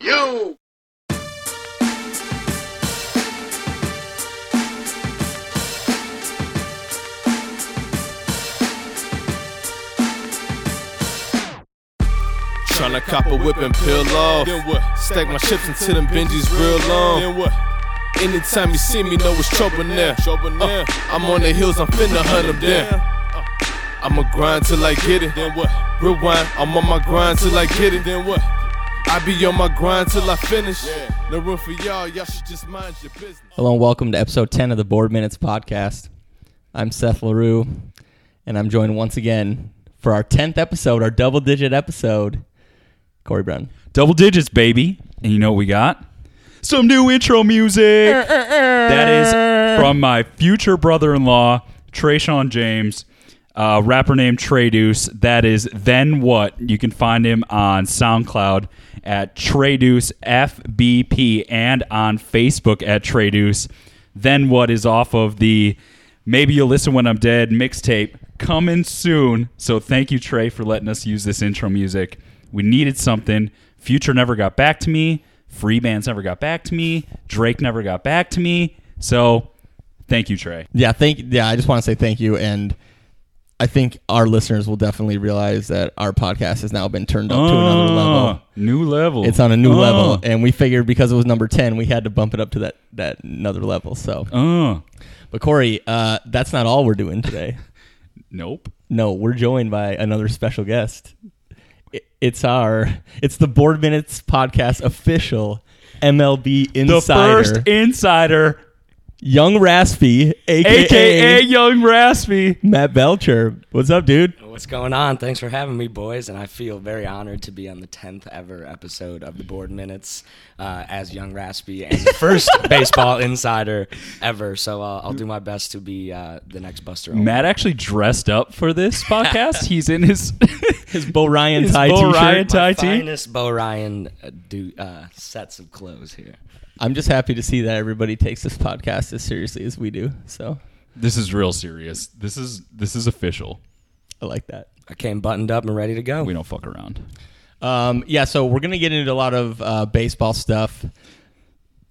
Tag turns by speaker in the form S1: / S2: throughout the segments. S1: You!
S2: Tryna cop a whip and peel off.
S3: Then what?
S2: Stack my chips until them Benjis real long.
S3: Then what?
S2: Anytime you see me, know it's trouble now.
S3: Trouble now.
S2: Uh, I'm on the hills, I'm finna hunt them down. Uh, I'ma grind till I get it.
S3: Then what?
S2: Rewind, I'm on my grind till I get it.
S3: Then what?
S2: I be on my grind till I finish.
S3: Yeah.
S2: No room for y'all, y'all should just mind your business.
S4: Hello and welcome to episode 10 of the Board Minutes podcast. I'm Seth LaRue, and I'm joined once again for our 10th episode, our double digit episode, Corey Brown.
S5: Double digits, baby. And you know what we got? Some new intro music. that is from my future brother in law, Trayshawn James, uh, rapper named Trey Deuce. That is Then What. You can find him on SoundCloud at Trey Deuce FBP and on Facebook at Trey Deuce. Then What is off of the Maybe You'll Listen When I'm Dead mixtape coming soon. So thank you, Trey, for letting us use this intro music. We needed something. Future never got back to me. Free bands never got back to me. Drake never got back to me. So thank you, Trey.
S4: Yeah, thank yeah, I just want to say thank you and I think our listeners will definitely realize that our podcast has now been turned up to another level.
S5: Uh, New level.
S4: It's on a new
S5: Oh,
S4: level and we figured because it was number 10, we had to bump it up to that that another level. So,
S5: Oh.
S4: but Corey, uh, that's not all we're doing today.
S5: nope.
S4: No, we're joined by another special guest. I- It's our it's the Board Minutes podcast official MLB
S5: The
S4: insider,
S5: first insider,
S4: Young Raspy, aka,
S5: aka Young Raspy.
S4: Matt Belcher. What's up, dude?
S6: What's going on? Thanks for having me, boys. And I feel very honored to be on the 10th ever episode of the Board Minutes uh, as Young Raspy and the first baseball insider ever. So uh, I'll do my best to be uh, the next Buster. Olney.
S5: Matt actually dressed up for this podcast. He's in his
S4: His Bo Ryan
S5: His
S4: tie
S5: Bo
S4: T-shirt.
S5: Ryan tie-
S6: my
S5: Ty T.
S6: finest Bo Ryan uh, do, uh, sets of clothes here.
S4: I'm just happy to see that everybody takes this podcast as seriously as we do. So
S5: This is real serious. This is this is official.
S4: I like that.
S6: I came buttoned up and ready to go.
S5: We don't fuck around.
S4: Um, yeah, so we're gonna get into a lot of uh, baseball stuff,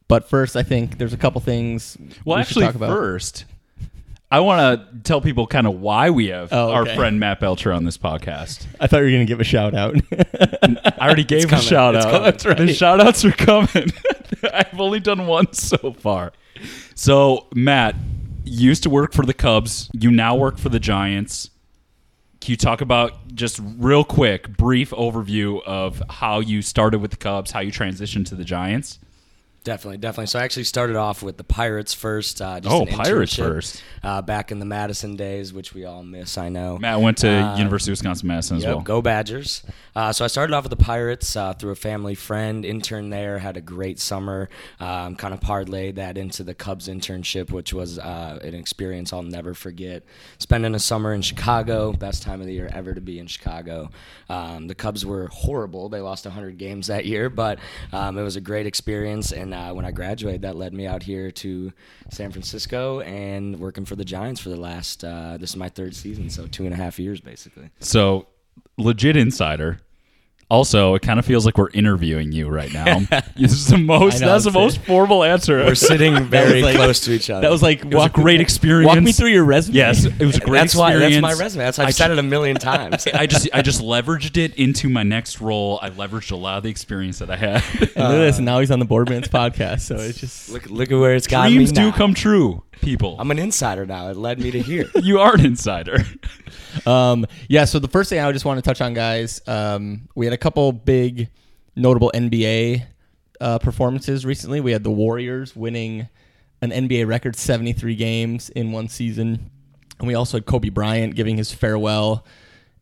S4: but first, I think there's a couple things.
S5: Well,
S4: we should
S5: actually,
S4: talk about.
S5: first, I want to tell people kind of why we have
S4: Oh,
S5: our
S4: okay.
S5: friend Matt Belcher on this podcast.
S4: I thought you were gonna give a shout out.
S5: I already gave a
S6: coming.
S5: shout
S6: It's
S5: out.
S4: coming. That's right.
S5: The shout outs are coming. I've only done one so far. So, Matt, you used to work for the Cubs. You now work for the Giants. Can you talk about just real quick, brief overview of how you started with the Cubs, how you transitioned to the Giants?
S6: Definitely, definitely. So I actually started off with the Pirates first. Uh, just
S5: Oh,
S6: an
S5: Pirates
S6: internship,
S5: first.
S6: Uh, back in the Madison days, which we all miss, I know.
S5: Matt went to
S6: Uh,
S5: University of Wisconsin Madison as
S6: Yep,
S5: well.
S6: Go Badgers. Uh, so I started off with the Pirates uh, through a family friend, interned there, had a great summer, um, kind of parlayed that into the Cubs internship, which was uh, an experience I'll never forget. Spending a summer in Chicago, best time of the year ever to be in Chicago. Um, the Cubs were horrible. They lost 100 games that year, but um, it was a great experience. And uh, when I graduated, that led me out here to San Francisco and working for the Giants for the last, uh, this is my third season, so two and a half years basically.
S5: So, legit insider. Also, it kind of feels like we're interviewing you right now. this is the most.
S4: know,
S5: that's the
S4: it's a-
S5: most formal answer.
S6: We're sitting very
S4: like-
S6: close to each other.
S4: That was like
S5: It was a great experience.
S4: Walk me through your resume.
S5: Yes, it was a great
S6: that's why
S5: experience.
S6: that's my resume. That's I've said it a million times.
S5: I just I just leveraged it into my next role. I leveraged a lot of the experience that I had.
S4: and look at this, and now he's on the Board Minutes podcast. So it's just
S6: look look at where it's gotten
S5: Dreams
S6: me
S5: do
S6: now.
S5: come true, people.
S6: I'm an insider now. It led me to here.
S5: you are an insider.
S4: um, yeah. So the first thing I just want to touch on, guys, um, we had a couple big, notable NBA uh, performances recently. We had the Warriors winning an NBA record 73 games in one season, and we also had Kobe Bryant giving his farewell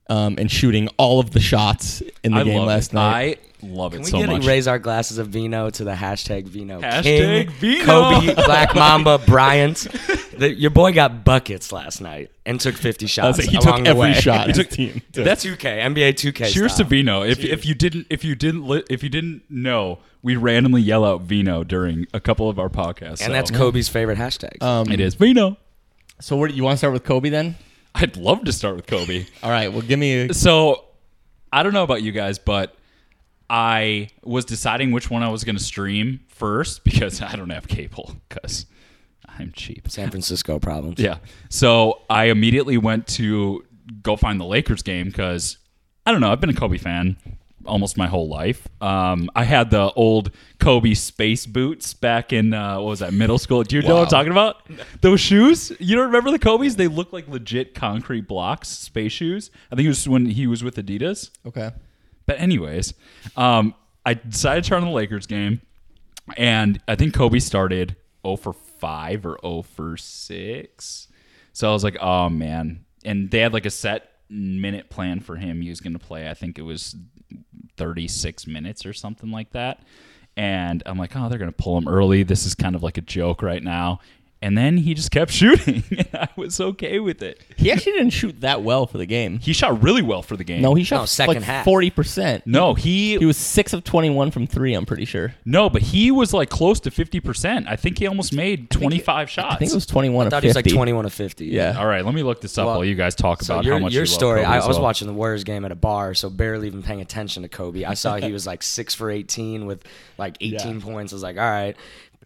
S4: um, and shooting all of the shots in the
S5: I
S4: game
S5: love
S4: last
S5: it.
S4: night.
S5: I love it
S6: Can we
S5: so
S6: get-
S5: much.
S6: raise our glasses of vino to the hashtag Vino
S5: Hashtag
S6: King,
S5: Vino.
S6: Kobe, Black Mamba, Bryant. The- your boy got buckets last night and took 50 shots.
S4: he took
S6: along the
S4: every
S6: way.
S4: shot.
S6: He
S4: His
S6: took-
S4: team.
S6: That's 2K, NBA 2K.
S5: Cheers to
S6: style.
S5: Vino. If, if you didn't if you didn't li- if you didn't know, we randomly yell out Vino during a couple of our podcasts.
S6: And that's
S5: so-
S6: Kobe's favorite hashtag.
S5: It is Vino.
S4: So where, you want to start with Kobe then?
S5: I'd love to start with Kobe.
S4: All right. Well, give me. A,
S5: So I don't know about you guys, but I was deciding which one I was going to stream first because I don't have cable because I'm cheap.
S6: San Francisco problems.
S5: Yeah. So I immediately went to go find the Lakers game because I don't know. I've been a Kobe fan almost my whole life. Um, I had the old Kobe space boots back in uh, what was that middle school? Do you know what I'm talking about? Those shoes. You don't remember the Kobe's? They look like legit concrete blocks, space shoes. I think it was when he was with Adidas.
S4: Okay.
S5: But anyways, um, I decided to turn on the Lakers game, and I think Kobe started 0 for five or 0 for six. So I was like, oh man. And they had like a set minute plan for him. He was going to play. I think it was 36 minutes or something like that. And I'm like, oh, they're going to pull him early. This is kind of like a joke right now. And then he just kept shooting, and I was okay with it.
S4: He actually didn't shoot that well for the game.
S5: He shot really well for the game.
S4: No, he shot
S6: No, second
S4: like
S6: half.
S4: forty percent.
S5: no, he
S4: He was six of twenty-one from three. I'm pretty sure.
S5: No, but he was like close to 50%. I think he almost made 25 shots.
S4: I think it was twenty-one.
S6: I
S4: of
S6: thought
S4: 50.
S6: he was like 21 to 50.
S4: Yeah.
S5: All right, let me look this up
S6: Well,
S5: while you guys talk
S6: So
S5: about
S6: your,
S5: how much
S6: your
S5: you love
S6: story.
S5: Kobe
S6: I,
S5: as
S6: I was
S5: well.
S6: watching the Warriors game at a bar, so barely even paying attention to Kobe. I saw he was like six for eighteen with like eighteen points. I was like, all right,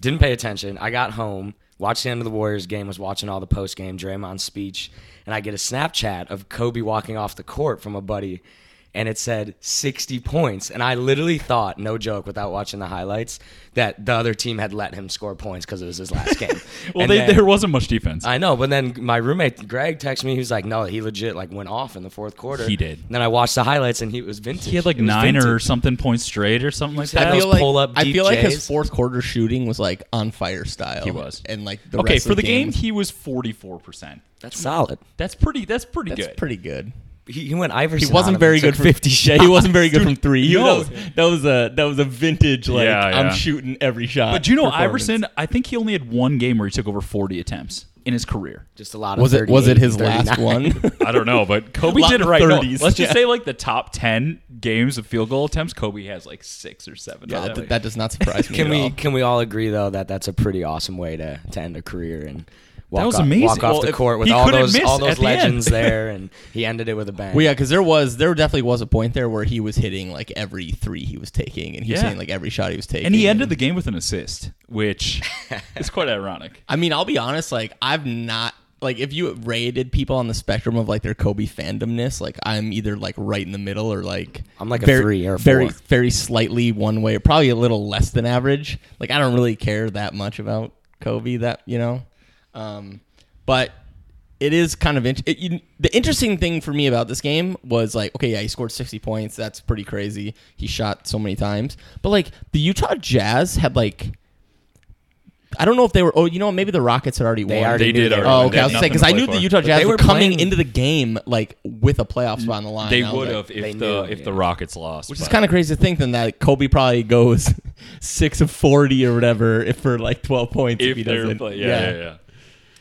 S6: didn't pay attention. I got home, watched the end of the Warriors game, was watching all the post game Draymond's speech, and I get a Snapchat of Kobe walking off the court from a buddy. And it said 60 points. And I literally thought, no joke, without watching the highlights, that the other team had let him score points because it was his last game.
S5: Well,
S6: And
S5: they,
S6: then-
S5: there wasn't much defense.
S6: I know, but then my roommate Greg texted me. He was like, "No, he legit like went off in the fourth quarter."
S5: He did.
S6: And then I watched the highlights, and he it was vintage.
S5: he had like
S6: It was
S5: nine or
S6: vintage.
S5: something points straight or something like
S6: I
S5: that.
S6: feel those pull-up
S4: I
S6: deep
S4: feel like his
S6: J's.
S4: fourth quarter shooting was like on fire style.
S5: He was.
S4: and like the
S5: okay,
S4: rest
S5: for
S4: of
S5: the
S4: the
S5: game, he was 44%.
S6: That's solid.
S5: That's pretty that's pretty
S4: that's
S5: good.
S4: pretty good.
S6: He, he went Iverson.
S4: He wasn't very good
S6: for
S4: from fifty shots. He wasn't very good from three. You
S5: no.
S4: know, that was a that was a vintage like
S5: Yeah, yeah.
S4: I'm shooting every shot.
S5: but do you know
S4: performance.
S5: Iverson, I think he only had one game where he took over 40 attempts in his career.
S6: Just a lot of.
S4: Was it was it
S6: 38,
S4: his last
S6: 39.
S4: one?
S5: I don't know, but Kobe
S4: Lot
S5: did it
S4: of
S5: right. No,
S4: 30s,
S5: let's just
S4: yeah.
S5: say like the top 10 games of field goal attempts, Kobe has like 6 or 7. of
S4: yeah,
S5: them.
S4: that, that does not surprise me.
S6: Can
S4: at
S6: we
S4: all.
S6: can we all agree though that that's a pretty awesome way to, to end a career and walk
S5: was
S6: off,
S5: amazing.
S6: walk off
S5: Well,
S6: the
S5: if-
S6: court with
S5: he
S6: all
S5: couldn't
S6: those
S5: miss
S6: all
S5: at
S6: those
S5: the end.
S6: legends there, and he ended it with a bang.
S4: Well, yeah, because there was there definitely was a point there where he was hitting like every three he was taking, and he was
S5: Yeah.
S4: hitting like every shot he was taking.
S5: And he ended the game with an assist, which is quite ironic.
S4: I mean, I'll be honest. Like, I've not like if you rated people on the spectrum of like their Kobe fandomness, like I'm either like right in the middle or like
S6: I'm like a
S4: very,
S6: three or a
S4: very
S6: four.
S4: very slightly one way, or probably a little less than average. Like, I don't really care that much about Kobe. That you know, um, but. It is kind of int- it, you, the interesting thing for me about this game was like, okay, yeah, he scored sixty points. That's pretty crazy. He shot so many times, but like the Utah Jazz had like I don't know if they were. Oh, you know, what? maybe the Rockets had already
S6: They
S4: won.
S6: already
S5: They
S6: knew
S5: did
S6: they
S5: already.
S6: were-
S4: Oh,
S5: They
S4: okay.
S5: had
S4: I was
S5: nothing
S4: saying because
S5: to
S4: I
S5: play
S4: knew
S5: for.
S4: the Utah
S6: But
S4: Jazz
S6: they
S4: were,
S6: were
S4: coming
S6: playing-
S4: into the game like with a playoff spot on the line.
S5: They
S4: I was
S5: would
S4: like-
S5: have
S6: they
S5: if
S6: knew,
S5: the if the
S6: yeah.
S5: Rockets lost,
S4: which is
S5: but-
S4: kind of crazy to think then that Kobe probably goes six of forty or whatever if for like twelve points if,
S5: if
S4: he
S5: they're
S4: doesn't.
S5: play- yeah, yeah, yeah,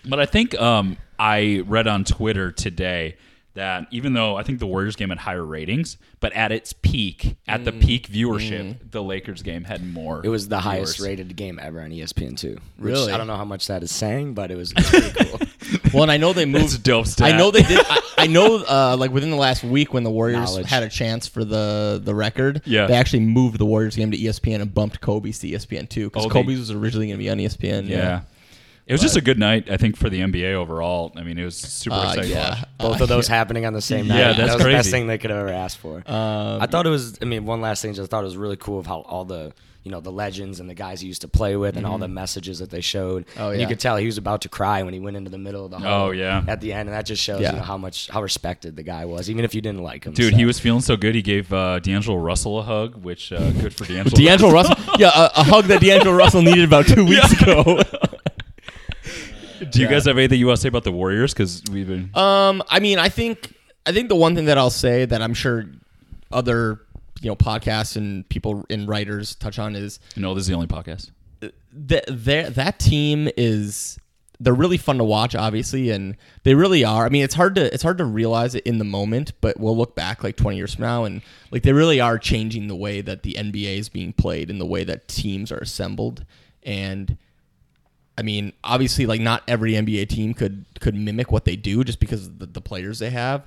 S5: But I think um, I read on Twitter today that even though I think the Warriors game had higher ratings, but at its peak, at the peak viewership, the Lakers game had more.
S6: It was the highest
S5: viewers.
S6: rated game ever on E ESPN two.
S4: Really?
S6: I don't know how much that is saying, but it was, it was pretty cool.
S4: Well, and I know they
S5: That's a
S4: moved.
S5: dope stat.
S4: I know they did. I, I know, uh, like within the last week, when the Warriors
S6: Knowledge.
S4: had a chance for the the record,
S5: Yeah.
S4: they actually moved the Warriors game to E ESPN and bumped Kobe's to E ESPN too because
S5: Oh, they-
S4: Kobe's was originally going to be on E ESPN.
S5: Yeah. It was just a good night, I think, for the NBA overall. I mean, it was super
S4: Uh,
S5: exciting. to watch.
S4: yeah.
S6: both of those happening on the same night.
S5: Yeah, that's
S6: that was the best
S5: crazy.
S6: thing they could have ever asked for.
S4: Um,
S6: I thought it was. I mean, one last thing, just thought it was really cool of how all the you know the legends and the guys he used to play with and all the messages that they showed.
S4: Mm-hmm. Oh,
S6: And
S4: yeah.
S6: you could tell he was about to cry when he went into the middle of the hall.
S5: Oh, yeah.
S6: at the end, and that just shows
S4: Yeah.
S6: you know, how much how respected the guy was, even if you didn't like him.
S5: Dude,
S6: So,
S5: he was feeling so good. He gave uh, D'Angelo Russell a hug, which uh, good for D'Angelo.
S4: D'Angelo Russell. Yeah, a, a hug that D'Angelo Russell needed about two weeks ago.
S5: Do you guys have anything you want to say about the Warriors? Because we've been
S4: Um, I mean, I think I think the one thing that I'll say that I'm sure other you know podcasts and people and writers touch on is
S5: no, this is the only podcast.
S4: that their- that team is they're really fun to watch obviously and they really are i mean it's hard to it's hard to realize it in the moment but we'll look back like 20 years from now and like they really are changing the way that the nba is being played and the way that teams are assembled and i mean obviously like not every nba team could could mimic what they do just because of the, the players they have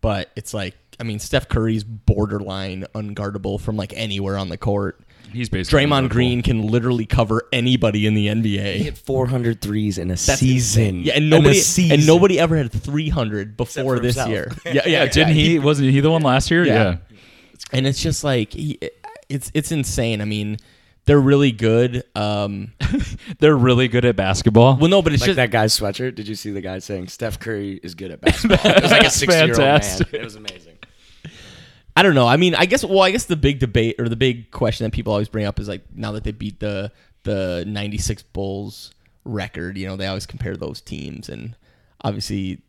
S4: but it's like I mean, Steph Curry's borderline unguardable from like anywhere on the court.
S5: He's basically
S4: Draymond
S5: Liverpool.
S4: Green can literally cover anybody in the
S6: He
S4: NBA.
S6: hit 400 threes in a
S4: That's
S6: season.
S4: insane. Yeah,
S6: In
S4: and
S6: a
S4: nobody and
S6: season.
S4: nobody ever had 300 before
S6: for
S4: this
S6: himself.
S4: year. Yeah, yeah,
S5: Yeah, didn't he? Wasn't he the one last year?
S4: Yeah.
S5: Yeah.
S4: and it's just like he, it's it's insane. I mean, they're really good. Um,
S5: They're really good at basketball.
S4: well, no, but it's
S6: Like
S4: just
S6: that guy's sweatshirt. Did you see the guy saying Steph Curry is good at basketball? It was like a
S5: That's
S6: six-year-old man.
S5: fantastic.
S6: It was amazing.
S4: I don't know. I mean, I guess well, I guess the big debate or the big question that people always bring up is like now that they beat the the 96 Bulls record, you know, they always compare those teams and obviously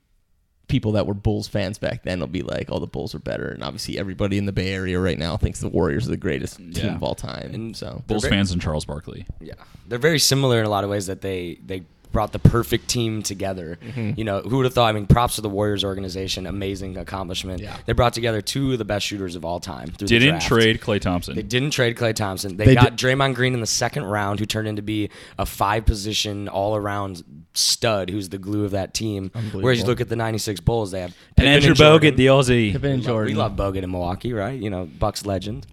S4: people that were Bulls fans back then will be like, "Oh, the Bulls are better." And obviously everybody in the Bay Area right now thinks the Warriors are the greatest team
S5: Yeah.
S4: of all time.
S6: And
S4: so
S5: Bulls
S6: They're-
S5: fans and Charles Barkley.
S6: Yeah, they're very similar in a lot of ways that they they brought the perfect team together. You know, who would have thought? I mean, props to the Warriors organization, amazing accomplishment.
S4: Yeah.
S6: They brought together two of the best shooters of all time. Through the
S5: Didn't
S6: draft.
S5: trade Clay
S6: They
S5: Thompson.
S6: didn't trade Clay Thompson. They,
S4: They
S6: got Draymond Green in the second round, who turned into be a five position all around stud, who's the glue of that team. Whereas you
S4: Unbelievable.
S6: look at the '96 Bulls, they have
S5: And
S6: Pippen
S5: Andrew
S6: Jordan.
S5: Bogut, the Aussie.
S4: Pippen and
S6: We love-
S4: Jordan.
S6: We love Bogut in Milwaukee, right? You know, Bucks legend.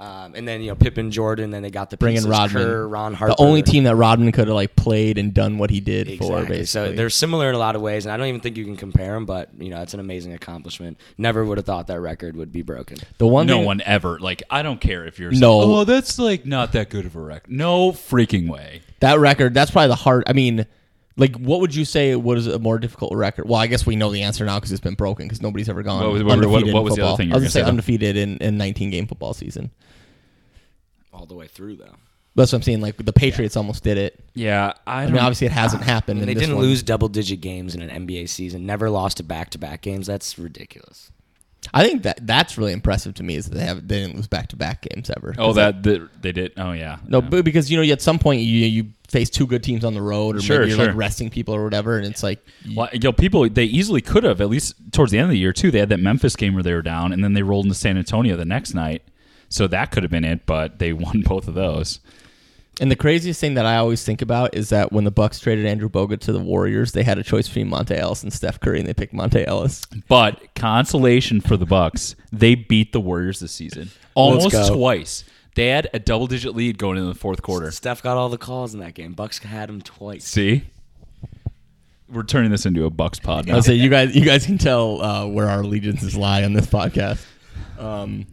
S6: Um, and then you know Pippen, Jordan. Then they got the
S4: bringing
S6: pieces,
S4: Rodman.
S6: Kerr, Ron Harper.
S4: the only team that Rodman could have like played and done what he did for
S6: Exactly.
S4: basically.
S6: So they're similar in a lot of ways, and I don't even think you can compare them. But you know, it's an amazing accomplishment. Never would have thought that record would be broken.
S4: the one
S5: No
S4: thing-
S5: one ever. Like, I don't care if you're.
S4: No.
S5: saying, Oh, that's like not that good of a record. No freaking way.
S4: That record, that's probably the hard. I mean, like, what would you say was a more difficult record? Well, I guess we know the answer now because it's been broken because nobody's ever gone.
S5: What was- what- what-
S4: undefeated in
S5: what was the other
S4: football.
S5: thing you
S4: I
S5: were
S4: was
S5: gonna
S4: gonna say
S5: say?
S4: undefeated in, in 19 game football season.
S6: All the way through, though.
S4: That's what I'm saying. Like the Patriots almost did it.
S5: Yeah,
S4: I
S5: I don't.
S4: mean, obviously it hasn't happened.
S6: And they
S4: in this
S6: didn't
S4: one.
S6: lose double-digit games in an NBA season. Never lost to back-to-back games. That's ridiculous.
S4: I think that that's really impressive to me is that they have they didn't lose back to back games ever.
S5: oh,
S4: 'Cause
S5: that that- they did. Oh, yeah.
S4: No, but because you know, at some point you you face two good teams on the road, or
S5: Sure,
S4: maybe you're
S5: sure.
S4: like resting people or whatever, and it's like you-
S5: Well, you know, people they easily could have at least towards the end of the year too. They had that Memphis game where they were down, and then they rolled into San Antonio the next night, so that could have been it. But they won both of those.
S4: And the craziest thing that I always think about is that when the Bucks traded Andrew Bogut to the Warriors, they had a choice between Monte Ellis and Steph Curry, and they picked Monte Ellis.
S5: But consolation for the Bucks, they beat the Warriors this season almost
S6: go.
S5: twice. They had a double digit lead going into the fourth quarter.
S6: Steph got all the calls in that game. Bucks had him twice.
S5: See, we're turning this into a Bucks pod
S4: I
S5: now.
S4: was saying, you guys, you guys can tell uh, where our allegiances lie on this podcast. Um,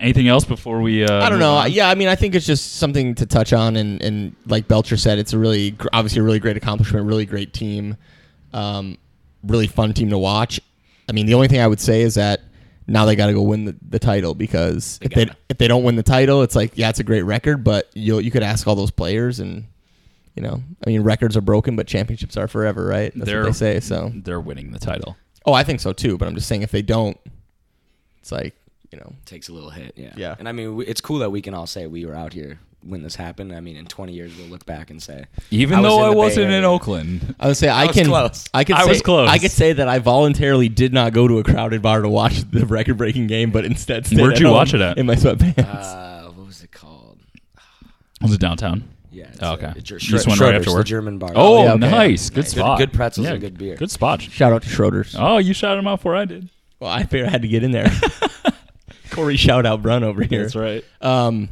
S5: Anything else before we? Uh,
S4: I don't
S5: move
S4: know.
S5: on?
S4: Yeah, I mean, I think it's just something to touch on, and and like Belcher said, it's a really gr- obviously a really great accomplishment, really great team, um, really fun team to watch. I mean, the only thing I would say is that now they got to go win the, the title because if they
S6: gotta.
S4: if they don't win the title, it's like yeah, it's a great record, but you you could ask all those players and. You know, I mean, records are broken, but championships are forever, right? That's
S5: They're-
S4: what they say. So,
S5: They're winning the title.
S4: oh, I think so too. But I'm just saying, if they don't, it's like you know,
S6: Takes a little hit. Yeah.
S4: Yeah.
S6: And I mean, we, it's cool that we can all say we were out here when this happened. I mean, in 20 years we'll look back and say,
S5: Even
S6: was
S5: though
S6: in
S5: I
S6: the Bay
S5: wasn't in
S6: Area.
S5: Oakland,
S4: I would say I,
S6: was
S4: can.
S6: close.
S4: I could.
S5: I
S4: say,
S5: was close.
S4: I could say that I voluntarily did not go to a crowded bar to watch the record-breaking game, but instead stayed
S5: Where'd
S4: at
S5: you
S4: home
S5: watch it at?
S4: In my sweatpants.
S6: uh, what was it called?
S5: was it downtown?
S6: Yeah. it's
S5: Oh,
S6: a-
S5: okay.
S6: it's your-
S5: You just
S6: Schro-
S5: went right
S6: Schroeder's,
S5: after
S6: the
S5: work?
S6: German bar.
S5: Oh,
S4: yeah, okay.
S5: nice. Good
S6: Good-
S5: spot.
S6: good pretzels and good beer.
S5: Good spot.
S4: Shout out to Schroeder's.
S5: Oh, you shouted him out before I did.
S4: Well, I figured I had to get in there. Corey, shout out Brun over here.
S5: right.
S4: Um,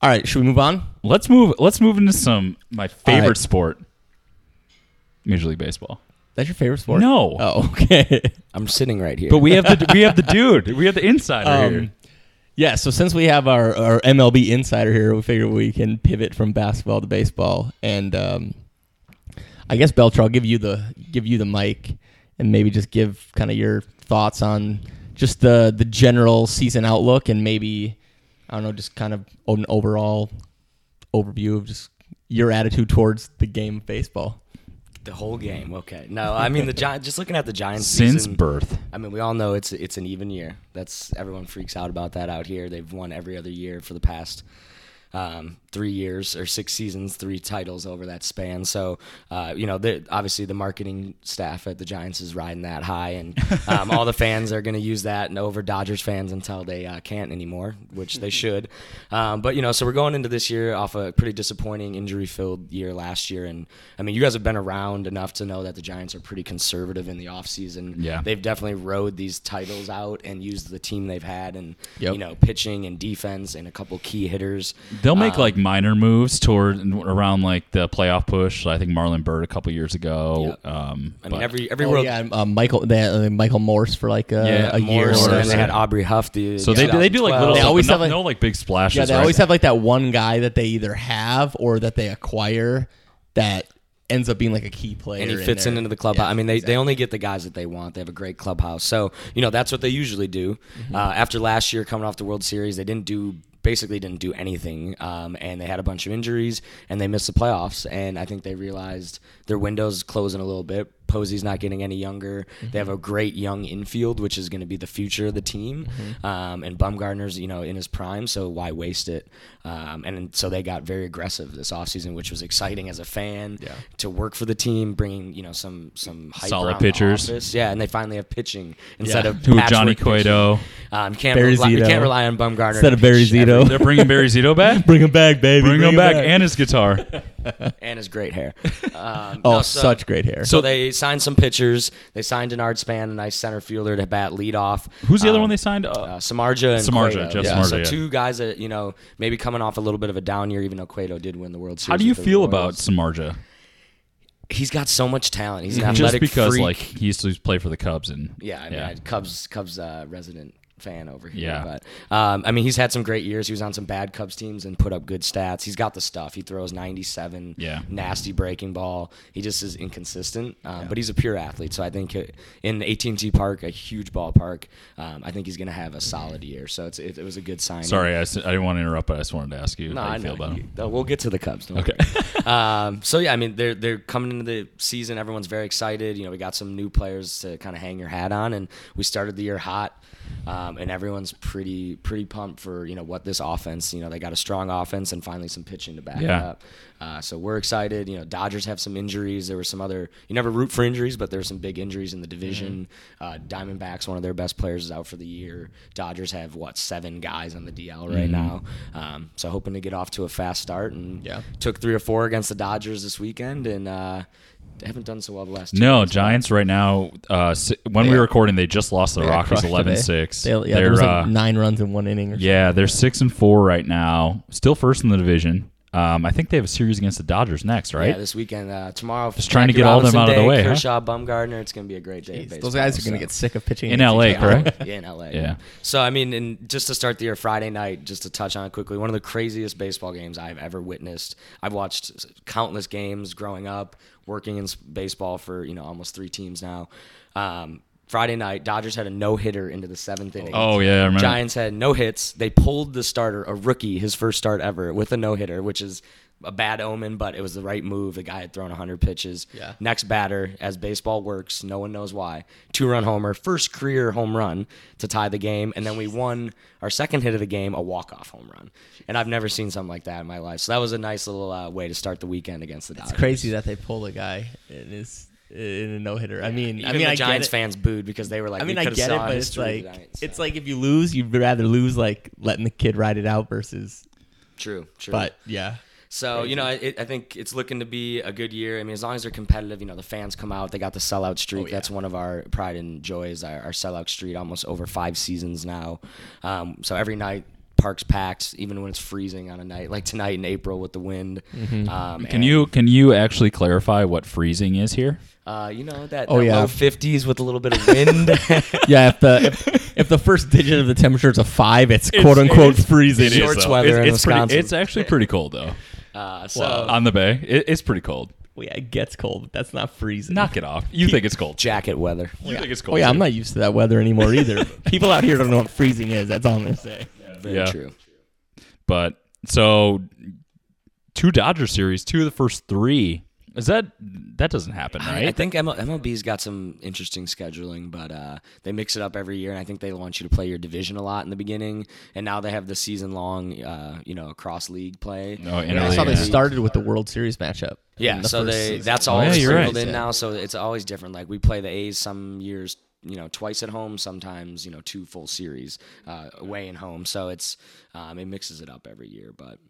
S4: all right, should we move on?
S5: Let's move. Let's move into some my favorite
S4: All right.
S5: sport, Major League Baseball.
S4: That's your favorite sport?
S5: No.
S4: Oh, okay.
S6: I'm sitting right here.
S5: But we have the we have the dude. We have the insider here.
S4: Um, yeah. So since we have our, our MLB insider here, we figure we can pivot from basketball to baseball. And um, I guess Belcher, I'll give you the give you the mic, and maybe just give kind of your thoughts on just the the general season outlook, and maybe I don't know, just kind of an overall overview of just your attitude towards the game of baseball.
S6: the whole game. Okay. No, I mean the Gi- Just looking at the Giants
S5: Since
S6: season,
S5: birth,
S6: I mean, we all know it's it's an even year. That's everyone freaks out about that out here. They've won every other year for the past um, three years or six seasons, three titles over that span. So, uh, you know, the, obviously the marketing staff at the Giants is riding that high, and um, all the fans are going to use that and over Dodgers fans until they uh, can't anymore, which they should. Um, but you know, so we're going into this year off a pretty disappointing injury-filled year last year, and I mean, you guys have been around enough to know that the Giants are pretty conservative in the offseason.
S5: Yeah.
S6: they've definitely rode these titles out and used the team they've had, and
S4: Yep.
S6: you know, pitching and defense and a couple key hitters.
S5: They'll make like minor moves toward around like the playoff push. I think Marlon Bird a couple years ago.
S6: Yeah.
S5: Um,
S6: I mean,
S5: but-
S6: every every
S4: Oh,
S6: world.
S4: yeah, um, Michael. They had, uh, Michael Morse for like uh,
S5: Yeah,
S4: a year.
S6: Morse,
S5: Morse,
S4: or
S6: and they
S5: yeah.
S6: had Aubrey Huff. The
S5: so they, they do like little.
S4: They
S5: stuff,
S4: always
S5: but
S4: have,
S5: no,
S4: like-
S5: no like big splashes.
S4: Yeah, they
S5: right?
S4: always have like that one guy that they either have or that they acquire that ends up being like a key player.
S6: and he fits in
S4: their-
S6: into the clubhouse. I mean, they, they only get the guys that they want. They have a great clubhouse, so you know that's what they usually do.
S5: Mm-hmm.
S6: Uh, after last year, coming off the World Series, they didn't do basically didn't do anything, um, and they had a bunch of injuries and they missed the playoffs. And I think they realized their window's closing a little bit. Posey's not getting any younger. They
S4: Mm-hmm.
S6: have a great young infield, which is going to be the future of the team.
S4: Mm-hmm.
S6: Um, and Bumgarner's, you know, in his prime, so why waste it? Um, and, so they got very aggressive this offseason, which was exciting as a fan to work for the team, bringing you know some some hype
S5: Solid
S6: around the
S5: pitchers.
S6: office. Yeah, and they finally have pitching instead
S4: Yeah.
S6: of
S5: Who, Johnny
S6: patchwork pitching.
S5: Cueto.
S6: Um, can't
S4: Barry
S6: rely, you
S4: Zito.
S6: can't rely on Bumgarner
S4: Instead
S6: to
S4: of Barry
S6: pitch every-
S4: Zito.
S5: They're bringing Barry Zito back.
S4: Bring him back, baby.
S5: Bring him back and his guitar.
S6: and his great hair. Um,
S4: oh,
S6: no, so-
S4: such great hair.
S6: So they signed some pitchers. They signed Denard Span, a nice center fielder to bat leadoff.
S5: Who's the other
S6: Um,
S5: one they signed? Uh,
S6: uh, Samarja and
S5: Samardzija,
S6: Cueto.
S5: Jeff
S6: yeah. So
S5: Samardzija, yeah.
S6: two guys that you know maybe coming off a little bit of a down year, even though Cueto did win the World Series.
S5: How do you
S6: with the
S5: feel
S6: Royals.
S5: about Samarja?
S6: He's got so much talent. He's an
S5: Mhm. Just
S6: athletic
S5: because
S6: freak.
S5: like he used to play for the Cubs and
S6: Yeah, I mean, I- Cubs Cubs uh, resident fan over here.
S5: Yeah.
S6: But um, I mean, he's had some great years. He was on some bad Cubs teams and put up good stats. He's got the stuff. He throws 97.
S5: Yeah.
S6: Nasty breaking ball. He just is inconsistent. Um, But he's a pure athlete. So I think uh, in AT&T Park, a huge ballpark, um, I think he's going to have a solid year. So it's, it, it was a good sign.
S5: Sorry, I, s- I didn't want to interrupt, but I just wanted to ask you
S6: No,
S5: how you
S6: I
S5: feel
S6: know.
S5: about him.
S6: You- no, we'll get to the Cubs. don't
S5: Okay.
S6: worry. um, so yeah, I mean, they're they're coming into the season. Everyone's very excited. You know, we got some new players to kind of hang your hat on, and we started the year hot. Um, and everyone's pretty pretty pumped for you know what this offense. You know, they got a strong offense and finally some pitching to back it
S5: Yeah.
S6: up. Uh, so we're excited. You know, Dodgers have some injuries. There were some other. You never root for injuries, but there's some big injuries in the division. Uh, Diamondbacks, one of their best players, is out for the year. Dodgers have what seven guys on the DL right now. Um, so hoping to get off to a fast start and
S4: Yeah.
S6: took three or four against the Dodgers this weekend and uh, they haven't done so well the last. two
S5: No,
S6: games.
S5: Giants right now. Uh, si- when we
S4: Yeah.
S5: were recording, they just lost to the
S4: They got
S5: Rockies
S4: crushed
S5: 11
S4: today.
S5: 6.
S4: They, yeah, there
S5: They're,
S4: was
S5: uh,
S4: like nine runs in one inning. Or
S5: yeah, they're 6 and 4 right now. Still first in the division. Um, I think they have a series against the Dodgers next, right?
S6: Yeah, this weekend uh, tomorrow.
S5: Just trying to get all them out of the way, huh?
S6: Kershaw, Bumgarner. It's going to be a great day. of
S4: something. Jeez,
S6: baseball, uh,
S4: those guys are going
S6: so.
S4: to get sick of pitching
S5: In
S4: against
S5: LA,
S4: each other.
S5: correct?
S6: Yeah, in LA.
S5: Yeah.
S6: So I mean, and just to start the year Friday night, just to touch on it quickly, one of the craziest baseball games I've ever witnessed. I've watched countless games growing up, working in s- baseball for you know almost three teams now. Um, Friday night, Dodgers had a no hitter into the seventh inning.
S5: Oh, yeah, I remember.
S6: Giants had no hits. They pulled the starter, a rookie, his first start ever, with a no hitter, which is a bad omen, but it was the right move. The guy had thrown 100 pitches.
S4: Yeah.
S6: Next batter, as baseball works, no one knows why. Two run homer, first career home run to tie the game. And then we won our second hit of the game, a walk off home run. And I've never seen something like that in my life. So that was a nice little uh, way to start the weekend against the Dodgers.
S4: It's crazy that they pulled a guy in his in a no hitter. I mean,
S6: Even
S4: I mean,
S6: the
S4: I
S6: Giants
S4: get it.
S6: fans booed because they were like,
S4: I mean,
S6: we
S4: I
S6: could've
S4: get it,
S6: saw
S4: but it's
S6: history
S4: like
S6: of the Giants.
S4: it's like if you lose, you'd rather lose like letting the kid ride it out versus.
S6: true, true.
S4: But yeah,
S6: So you know, it, I think it's looking to be a good year. I mean, as long as they're competitive, you know, the fans come out. They got the
S5: Oh,
S6: sellout streak. That's one of our pride and joys. Our, our sellout streak, almost over five seasons now. Um, so every night, parks packed, even when it's freezing on a night like tonight in April with the wind. Um,
S5: Mm-hmm. Can
S6: and,
S5: you can you actually clarify what freezing is here?
S6: Uh, you know that,
S4: Oh,
S6: that
S4: yeah.
S6: low fifties with a little bit of wind.
S4: yeah. If the if, if the first digit of the temperature is a five, it's, quote unquote freezing.
S6: It is, Shorts though. weather in
S5: it's, pretty-
S6: Wisconsin.
S5: it's actually pretty cold though.
S6: uh, so
S5: on the bay, it, it's pretty cold.
S4: Well, yeah, it gets cold, but that's not freezing.
S5: Knock it off. You think it's cold?
S6: jacket weather.
S5: You think it's cold?
S4: Oh yeah, I'm
S5: too.
S4: not used to that weather anymore either. People out here don't know what freezing is. That's all I'm gonna say.
S6: Very
S5: Yeah.
S6: true.
S5: But so two Dodger series, two of the first three Is that that doesn't happen, right?
S6: I think ML- MLB's got some interesting scheduling, but uh, they mix it up every year, and I think they want you to play your division a lot in the beginning, and now they have the season-long, uh, you know, cross-league play.
S5: Oh,
S6: Yeah,
S5: interleague,
S4: I saw they
S5: yeah. Oh,
S4: started with the World Series matchup.
S6: Yeah,
S4: in the
S6: so
S4: first
S6: they
S4: season. Oh,
S6: that's all
S5: yeah, you're
S6: sprinkled
S5: right.
S6: in
S4: Yeah.
S6: now, so it's always different. Like we play the A's some years, you know, twice at home, sometimes you know two full series uh, away and home. So it's um, it mixes it up every year, but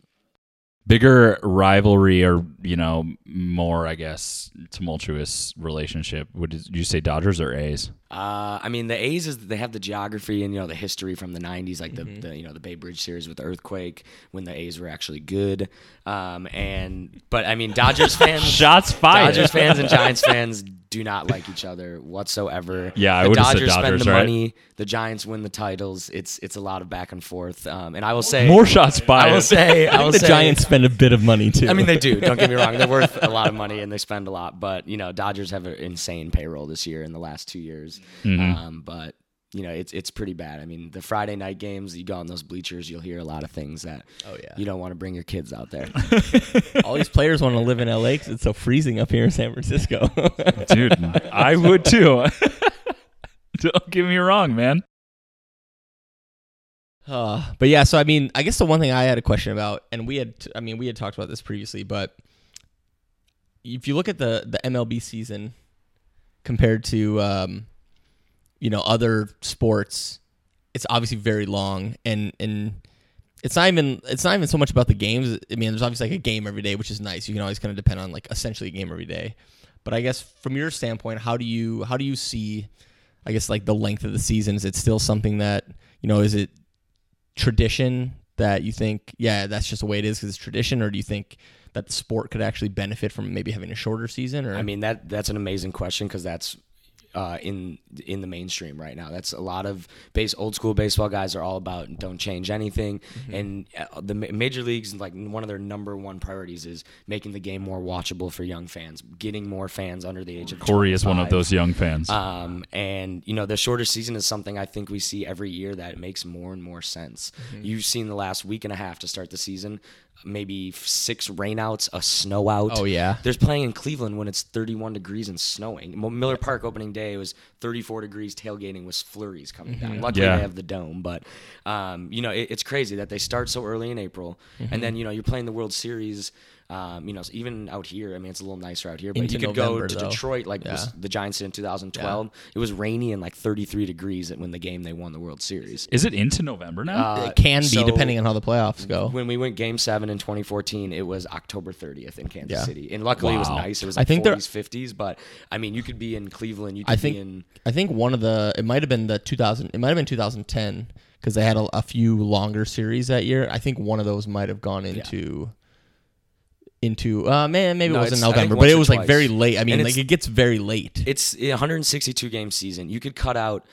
S5: bigger rivalry or you know more I guess tumultuous relationship. Would did you say Dodgers or A's?
S6: Uh, I mean, the A's is they have the geography and you know the history from the '90s, like
S5: Mm-hmm.
S6: the, the you know the Bay Bridge series with the earthquake when the A's were actually good. Um, and but I mean, Dodgers fans,
S5: Shots fired.
S6: Dodgers fans and Giants fans do not like each other whatsoever.
S5: Yeah, I
S6: the
S5: would've said
S6: Dodgers spend
S5: Dodgers,
S6: the
S5: right?
S6: money, the Giants win the titles. It's it's a lot of back and forth. Um, and I will say,
S5: more shots fired.
S6: I will say, I
S4: I
S6: will
S4: think the
S6: say,
S4: Giants spend a bit of money too.
S6: I mean, they do. Don't get me wrong; they're worth a lot of money and they spend a lot. But you know, Dodgers have an insane payroll this year in the last two years. Um, but you know, it's it's pretty bad. I mean, the Friday night games, you go on those bleachers, you'll hear a lot of things that
S4: Oh, yeah.
S6: you don't want to bring your kids out there.
S4: all these players want to live in LA because it's so freezing up here in San Francisco.
S5: dude. I would too. Don't get me wrong, man.
S4: Uh, but yeah, so I mean, I guess the one thing I had a question about, and we had, I mean, we had talked about this previously, but if you look at the the MLB season compared to, um, you know, other sports, it's obviously very long, and and it's not even it's not even so much about the games. I mean, there's obviously like a game every day, which is nice. You can always kind of depend on like essentially a game every day. But I guess from your standpoint, how do you how do you see, I guess like the length of the season? Is it still something that you know? Is it tradition that you think, yeah, that's just the way it is because it's tradition, or do you think that the sport could actually benefit from maybe having a shorter season? Or
S6: I mean that that's an amazing question because that's uh, in in the mainstream right now. That's a lot of base old school baseball guys are all about don't change anything.
S5: Mm-hmm.
S6: And uh, the ma- major leagues like one of their number one priorities is making the game more watchable for young fans, getting more fans under the age of.
S5: Corey is one of
S6: 25.
S5: those young fans.
S4: Uh,
S6: Um, and you know, the shorter season is something I think we see every year that it makes more and more sense.
S5: Mm-hmm.
S6: You've seen the last week and a half to start the season, maybe f- six rainouts, a snow out.
S4: Oh, yeah.
S6: There's playing in Cleveland when it's 31 degrees and snowing. Mo- Miller Park opening day was 34 degrees, tailgating was flurries coming
S4: Mm-hmm.
S6: down. Luckily,
S5: Yeah.
S6: they have the dome, but um, you know, it, it's crazy that they start so early in April,
S4: Mm-hmm.
S6: and then you know, you're playing the World Series. Um, you know, so even out here, I mean, it's a little nicer out here, but
S4: Into
S6: you could
S4: November,
S6: go to
S4: though.
S6: Detroit, like was
S4: Yeah.
S6: the Giants did in 2012. It was rainy and like 33 degrees when the game they won the World Series.
S5: is it into November now?
S4: it can be
S6: Uh, so-
S4: depending on how the playoffs go.
S6: When we went Game Seven in 2014, it was October 30th in Kansas
S4: Yeah.
S6: City, and luckily it was
S5: Wow.
S6: nice. It was
S4: I
S6: like
S4: think there-
S6: 40s, 50s, but I mean, you could be in Cleveland, you could
S4: I
S6: be in
S4: think I think one of the it might have been the 2000 it might have been 2010 because they had a, a few longer series that year. I think one of those might have gone into into uh man maybe
S6: No,
S4: it wasn't
S6: it's- I think
S4: November, but
S6: once
S4: it
S6: or
S4: was like
S6: twice.
S4: very late. I mean,
S6: And
S4: like
S6: it's-
S4: it gets very late.
S6: it's a 162 game season. You could cut out.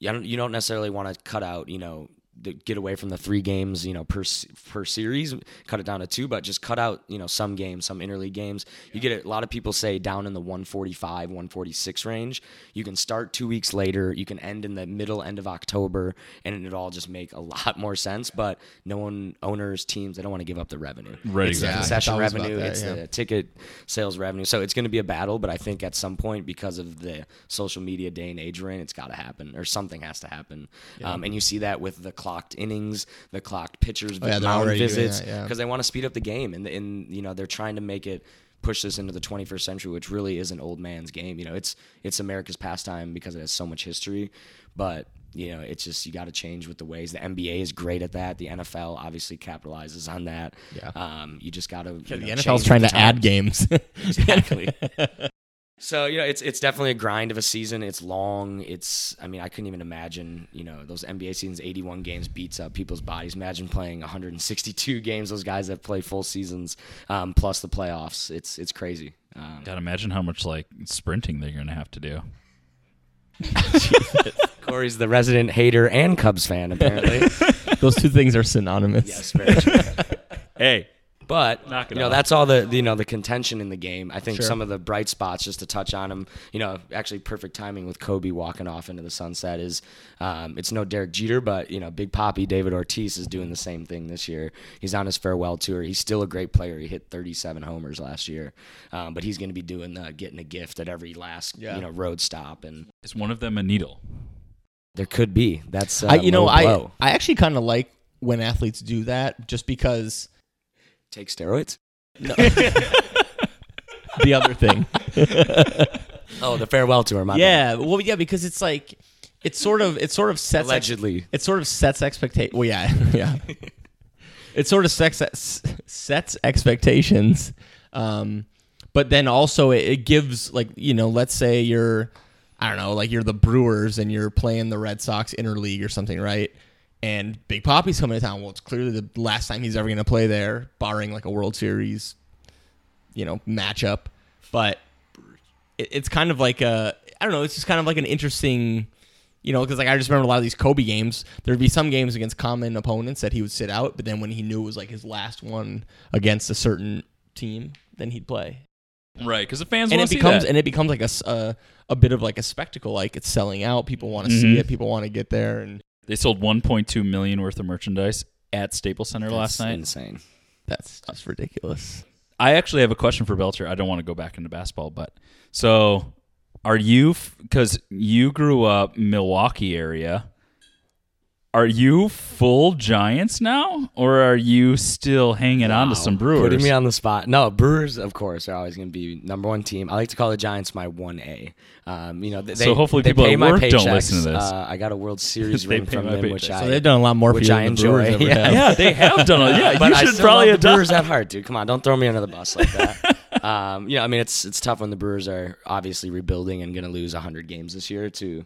S6: You don't, you don't necessarily want to cut out. You know, the, get away from the three games. You know, per se- per series, cut it down to two. But just cut out. You know, some games, some interleague games. You get a lot of people say down in the 145, 146 range. You can start two weeks later. You can end in the middle end of October, and it all just make a lot more sense. But no one owners teams they don't want to give up the revenue.
S5: Right,
S6: It's the
S5: exactly.
S6: concession
S4: Yeah, it's always
S6: revenue.
S4: about that,
S6: it's
S4: yeah.
S6: the the ticket sales revenue. So it's going to be a battle, but I think at some point, because of the social media day and age we're in, it's got to happen or something has to happen. Um, and you see that with the clocked innings, the clocked pitchers,
S4: Oh, yeah, they're
S6: mound
S4: already doing
S6: visits,
S4: that, yeah.
S6: they want to speed up the game, and and you know they're trying to make it push this into the 21st century, which really is an old man's game. You know, it's it's America's pastime because it has so much history, but. You know, it's just you got to change with the ways. The NBA is great at that. The NFL obviously capitalizes on that.
S4: Yeah.
S6: Um, you just got to.
S4: the NFL's trying to add games.
S6: Exactly. so you know, it's it's definitely a grind of a season. It's long. It's I mean, I couldn't even imagine. You know, those NBA seasons, 81 games beats up people's bodies. Imagine playing 162 games. Those guys that play full seasons, um, plus the playoffs. It's it's crazy. Um,
S5: God, imagine how much like sprinting they're gonna have to do.
S6: Corey's the resident hater and Cubs fan, apparently.
S4: Those two things are synonymous.
S6: yes, very true.
S5: Hey,
S6: But
S5: Knock it
S6: you know
S5: off.
S6: that's all the you know the contention in the game. I think some of the bright spots, just to touch on them, you know, actually perfect timing with Kobe walking off into the sunset is um, it's no Derek Jeter, but you know, Big Poppy David Ortiz is doing the same thing this year. He's on his farewell tour. He's still a great player. He hit 37 homers last year, um, but he's going to be doing the getting a gift at every last
S4: Yeah.
S6: you know road stop, and
S5: Is one of them a needle?
S6: there could be that's uh,
S4: I, you know,
S6: low
S4: I
S6: blow.
S4: I actually kind of like when athletes do that, just because
S6: take steroids.
S4: the other thing.
S6: Oh, the farewell tour. My bad.
S4: yeah, well, yeah, because it's like it's sort of it sort of sets ex-
S6: allegedly.
S4: it sort of sets expectation. Well, yeah, yeah. it sort of sex- s- sets expectations, um, but then also it, it gives like you know, let's say you're, I don't know, like you're the Brewers and you're playing the Red Sox interleague or something, right? And Big Poppy's coming to town. Well, it's clearly the last time he's ever going to play there, barring like a World Series, you know, matchup. But it, it's kind of like a, I don't know, it's just kind of like an interesting you know, because like I just remember a lot of these Kobe games. There'd be some games against common opponents that he would sit out, but then when he knew it was like his last one against a certain team, then he'd play.
S5: Right, because the fans
S4: And it
S5: want to see
S4: becomes
S5: that.
S4: and it becomes like a s- a- a bit of like a spectacle. Like it's selling out. People want to see
S5: Mhm.
S4: it. People want to get there. And
S5: they sold 1.2 million worth of merchandise at Staples Center last
S6: That's
S5: night.
S6: Insane.
S4: that's just ridiculous.
S5: I actually have a question for Belcher. I don't want to go back into basketball, but so are you? Because you grew up Milwaukee area. Are you full Giants now, or are you still hanging on to
S6: Wow.
S5: some Brewers?
S6: Putting me on the spot. No, Brewers, of course, are always going to be number one team. I like to call the Giants my one A. Um, you know, th- they,
S5: So hopefully
S6: they
S5: people
S6: pay
S5: at
S6: my
S5: work don't
S6: paychecks.
S5: listen to this.
S6: Uh, I got a World Series
S5: They
S6: ring
S5: pay
S6: from
S5: my
S6: them, which
S5: paychecks.
S6: I
S4: So they've done a lot more for
S6: which
S4: you
S6: I
S4: than the Brewers
S6: enjoy.
S4: ever have.
S5: yeah, they have done it. Yeah,
S6: but
S5: you
S6: I
S5: should
S6: still love
S5: probably
S6: the
S5: adopt.
S6: Brewers at heart, dude. Come on, don't throw me under the bus like that. um, you know, I mean, it's it's tough when the Brewers are obviously rebuilding and going to lose hundred games this year to,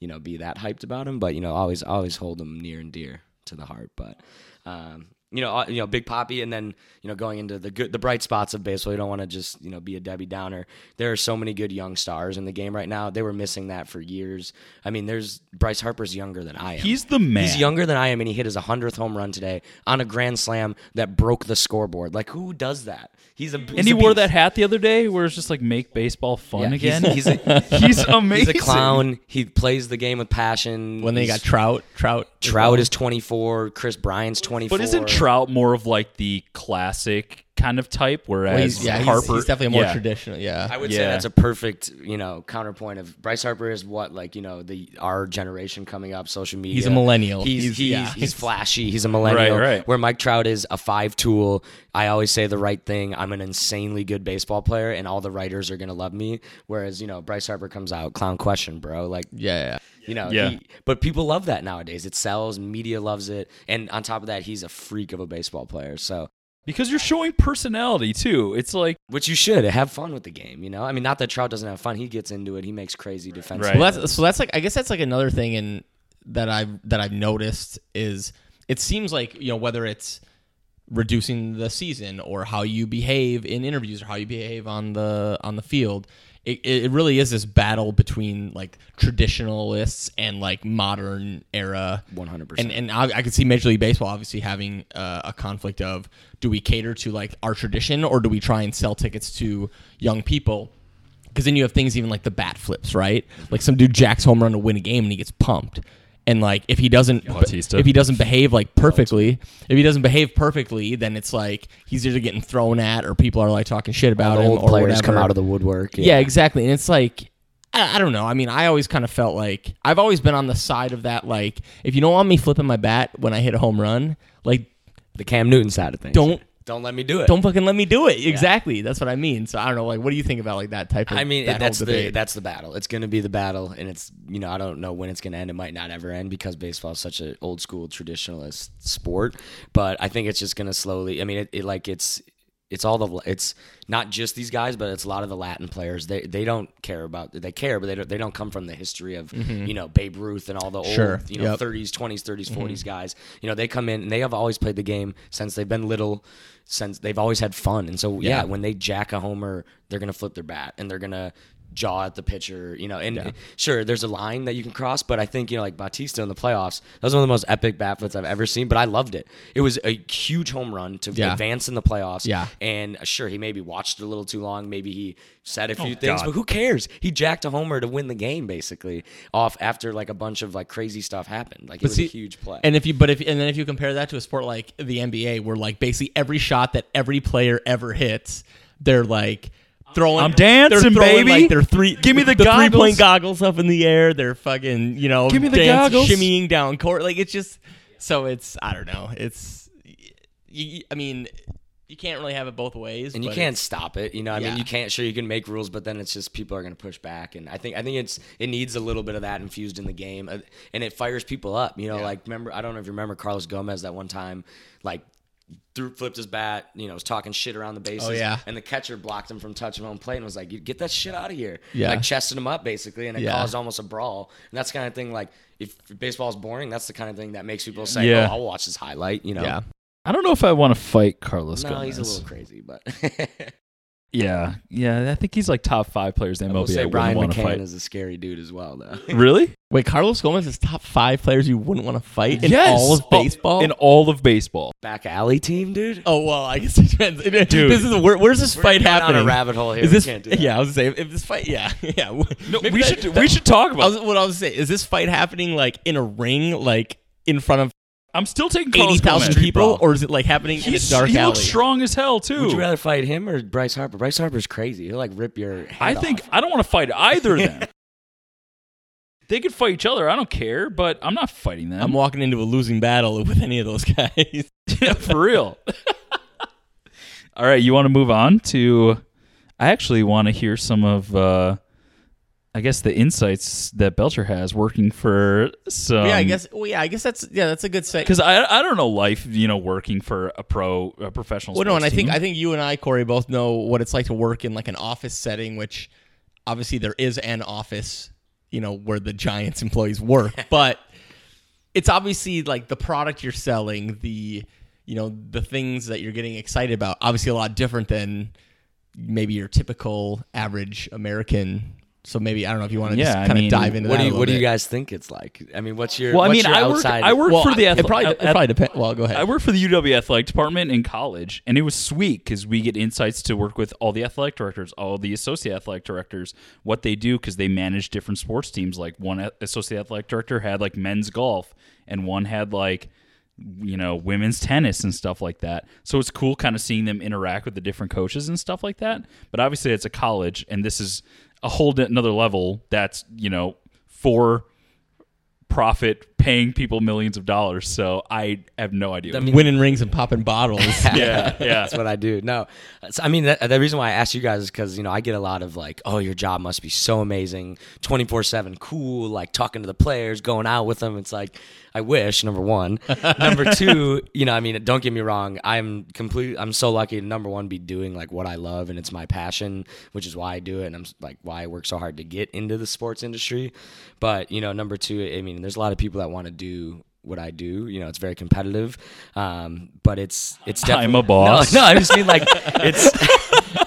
S6: you know, be that hyped about them. But you know, always always hold them near and dear to the heart. But. Um, you know, uh, you know, Big Poppy, and then you know, going into the good, the bright spots of baseball. You don't want to just you know be a Debbie Downer. There are so many good young stars in the game right now. They were missing that for years. I mean, there's Bryce Harper's younger than I am.
S5: He's the man.
S6: He's younger than I am, and he hit his 100th home run today on a grand slam that broke the scoreboard. Like, who does that? He's a
S5: and he wore that hat the other day, where it's just like make baseball fun
S6: Yeah, he's-
S5: again.
S6: he's a-
S5: he's amazing.
S6: He's a clown. He plays the game with passion.
S4: When they
S6: He's-
S4: got Trout, Trout,
S6: Trout is 24. Chris Bryant's 24.
S5: But isn't Trout more of like the classic kind of type, whereas
S4: Well, he's, yeah, he's-
S5: Harper
S4: he's definitely more
S5: yeah.
S4: traditional. Yeah,
S6: I would say
S5: Yeah.
S6: that's a perfect, you know, counterpoint of Bryce Harper is what like you know the our generation coming up, social media.
S4: He's a millennial.
S6: He's
S4: He's-
S6: he's,
S4: yeah.
S6: he's flashy. He's a millennial.
S5: Right, right.
S6: Where Mike Trout is a five tool. I always say the right thing. I'm an insanely good baseball player, and all the writers are gonna love me. Whereas you know Bryce Harper comes out clown question, bro. Like
S4: yeah, yeah.
S6: you know,
S5: Yeah.
S6: he- but people love that nowadays. It sells. Media loves it, and on top of that, he's a freak of a baseball player. So
S5: Because you're showing personality too. It's like
S6: which you should have fun with the game, you know. I mean, not that Trout doesn't have fun; he gets into it. He makes crazy defensive.
S5: Right.
S4: Well, that's so that's like I guess that's like another thing in that I've that I've noticed is it seems like you know whether it's reducing the season or how you behave in interviews or how you behave on the on the field. It, it really is this battle between like traditionalists and like modern era
S6: 100%.
S4: and and I, I could see Major League Baseball obviously having uh, a conflict of do we cater to like our tradition or do we try and sell tickets to young people? Because then you have things even like the bat flips, right? Like some dude jacks home run to win a game and he gets pumped, and like if he doesn't
S5: Bautista.
S4: if he doesn't behave like perfectly, if he doesn't behave perfectly, then it's like he's either getting thrown at or people are like talking shit about
S6: the
S4: him
S6: old
S4: or
S6: players
S4: whatever
S6: come out of the woodwork.
S4: yeah, exactly and it's like I, I don't know i mean i always kind of felt like i've always been on the side of that like if you don't want me flipping my bat when i hit a home run like
S6: the Cam Newton side of things.
S4: Don't-
S6: don't let me do it.
S4: don't fucking let me do it exactly that's what i mean so i don't know like what do you think about like that type of
S6: I mean,
S4: that whole
S6: that's the
S4: debate?
S6: that's the battle. It's going to be the battle, and it's you know I don't know when it's going to end. It might not ever end because baseball is such an old school traditionalist sport. But I think it's just going to slowly. I mean, it, it like it's it's all the it's not just these guys, but it's a lot of the Latin players. They they don't care about they care, but they don't they don't come from the history of you know Babe Ruth and all the old
S4: Mm-hmm. Sure.
S6: you know
S4: Yep.
S6: 30s, 20s, 30s, 40s guys. You know, they come in and they have always played the game since they've been little, since they've always had fun. And so, yeah, when they jack a homer, they're going to flip their bat and they're going to jaw at the pitcher, you know. And sure, there's a line that you can cross, but I think you know, like Batista in the playoffs, that was one of the most epic bat flips I've ever seen. But I loved it. It was a huge home run to
S4: Yeah.
S6: advance in the playoffs.
S4: Yeah.
S6: And uh, sure, he maybe watched it a little too long. Maybe he said a
S4: Oh,
S6: few
S5: God.
S6: things, but who cares? He jacked a homer to win the game, basically, off after like a bunch of like crazy stuff happened. Like it was
S4: see-
S6: a huge play.
S4: And if you, but if and then if you compare that to a sport like the NBA, where like basically every shot that every player ever hits, they're like throwing.
S5: I'm dancing,
S4: they're throwing,
S5: baby.
S4: Like their three.
S5: Give me the
S4: three
S5: goggles.
S4: point goggles up in the air. They're fucking you know.
S5: Give me the
S4: dance-
S5: goggles.
S4: Shimmying down court. Like it's just so it's I don't know. It's you, I mean you can't really have it both ways.
S6: and you
S4: but
S6: can't stop it you know i
S4: Yeah.
S6: mean you can't sure you can make rules but then it's just people are going to push back and i think i think it's it needs a little bit of that infused in the game uh, and it fires people up you know like remember i don't know if you remember carlos gomez that one time like threw flipped his bat you know was talking shit around the bases
S4: Oh, yeah.
S6: and the catcher blocked him from touching home plate and was like you get that shit out of here
S4: Yeah.
S6: like chesting him up basically and it
S4: Yeah.
S6: caused almost a brawl and that's the kind of thing like if baseball's boring that's the kind of thing that makes people say
S5: Yeah.
S6: oh i'll watch this highlight you know
S4: Yeah.
S5: I don't know if I want to fight Carlos
S6: no
S5: Gomez.
S6: he's a little crazy but
S5: Yeah, yeah. I think he's like top five players in
S6: I will
S5: MLB.
S6: say
S5: I wouldn't
S6: Brian
S5: want to
S6: McCann
S5: fight.
S6: is a scary dude as well, though.
S5: really?
S4: Wait, Carlos Gomez is top five players you wouldn't want to fight in
S5: yes. Oh,
S4: all of baseball.
S5: In all of baseball.
S6: Back alley team, dude.
S4: Oh well, I guess it depends. Dude, this is where, where's this fight
S6: going down
S4: happening?
S6: a rabbit hole here.
S4: Is
S6: We
S4: this?
S6: can't do that.
S4: Yeah, I was saying if this fight. Yeah, yeah. No,
S5: we should we should talk
S4: I
S5: about.
S4: was, what I was saying is this fight happening like in a ring, like in front of
S5: I'm still taking
S4: eighty
S5: Carlos
S4: thousand
S5: Gomez.
S4: people, or is it like happening
S5: He's,
S4: in a dark
S5: he
S4: alley?
S5: looks strong as hell too.
S6: Would you rather fight him or Bryce Harper? Bryce Harper's crazy. He'll like rip your. Head
S5: I think
S6: off.
S5: I don't want to fight either of them. they could fight each other. I don't care, but I'm not fighting them.
S4: I'm walking into a losing battle with any of those guys.
S5: yeah, for real. All right, you want to move on to? I actually want to hear some of, uh I guess, the insights that Belcher has working for some.
S4: yeah, I guess. Well, yeah, I guess that's yeah, that's a good set.
S5: because I I don't know life, you know, working for a pro a professional.
S4: Well, no, and
S5: sports
S4: I think
S5: team.
S4: I think you and I, Corey, both know what it's like to work in like an office setting, which obviously there is an office, you know, where the Giants employees work, but it's obviously like the product you're selling, the you know the things that you're getting excited about, obviously a lot different than maybe your typical average American. So maybe I don't know if you want to
S5: Yeah,
S4: just
S5: I
S4: kind
S5: mean,
S4: of dive into
S6: What
S4: that.
S6: do
S4: a
S6: you
S4: little
S6: What do you
S4: bit.
S6: guys think it's like? I mean, what's your?
S5: Well, I
S6: what's
S5: mean,
S6: your
S5: I work.
S6: outside-
S5: I work
S4: Well,
S5: for the
S4: I- it
S5: athle-
S4: probably, it
S5: at-
S4: probably depends. Well, go ahead.
S5: I worked for the UW athletic department in college, and it was sweet because we get insights to work with all the athletic directors, all the associate athletic directors, what they do because they manage different sports teams. Like one a- associate athletic director had like men's golf, and one had like you know women's tennis and stuff like that. So it's cool kind of seeing them interact with the different coaches and stuff like that. But obviously, it's a college, and this is a whole di- another level. That's you know for profit paying people millions of dollars so i have no idea what
S4: winning rings and popping bottles.
S5: yeah, yeah.
S6: That's what I do. No, So, I mean that, the reason why I asked you guys is because you know I get a lot of like, oh, your job must be so amazing, twenty four seven, cool, like talking to the players, going out with them. It's like I wish. Number one, number two, you know, I mean, don't get me wrong, I'm complete. I'm so lucky to number one be doing like what I love and it's my passion, which is why I do it, and I'm s- like why I work so hard to get into the sports industry. But you know, number two, I mean, there's a lot of people that want to do. What I do, you know, it's very competitive, um, but it's it's definitely
S5: I'm a boss.
S6: no, no, I just mean like it's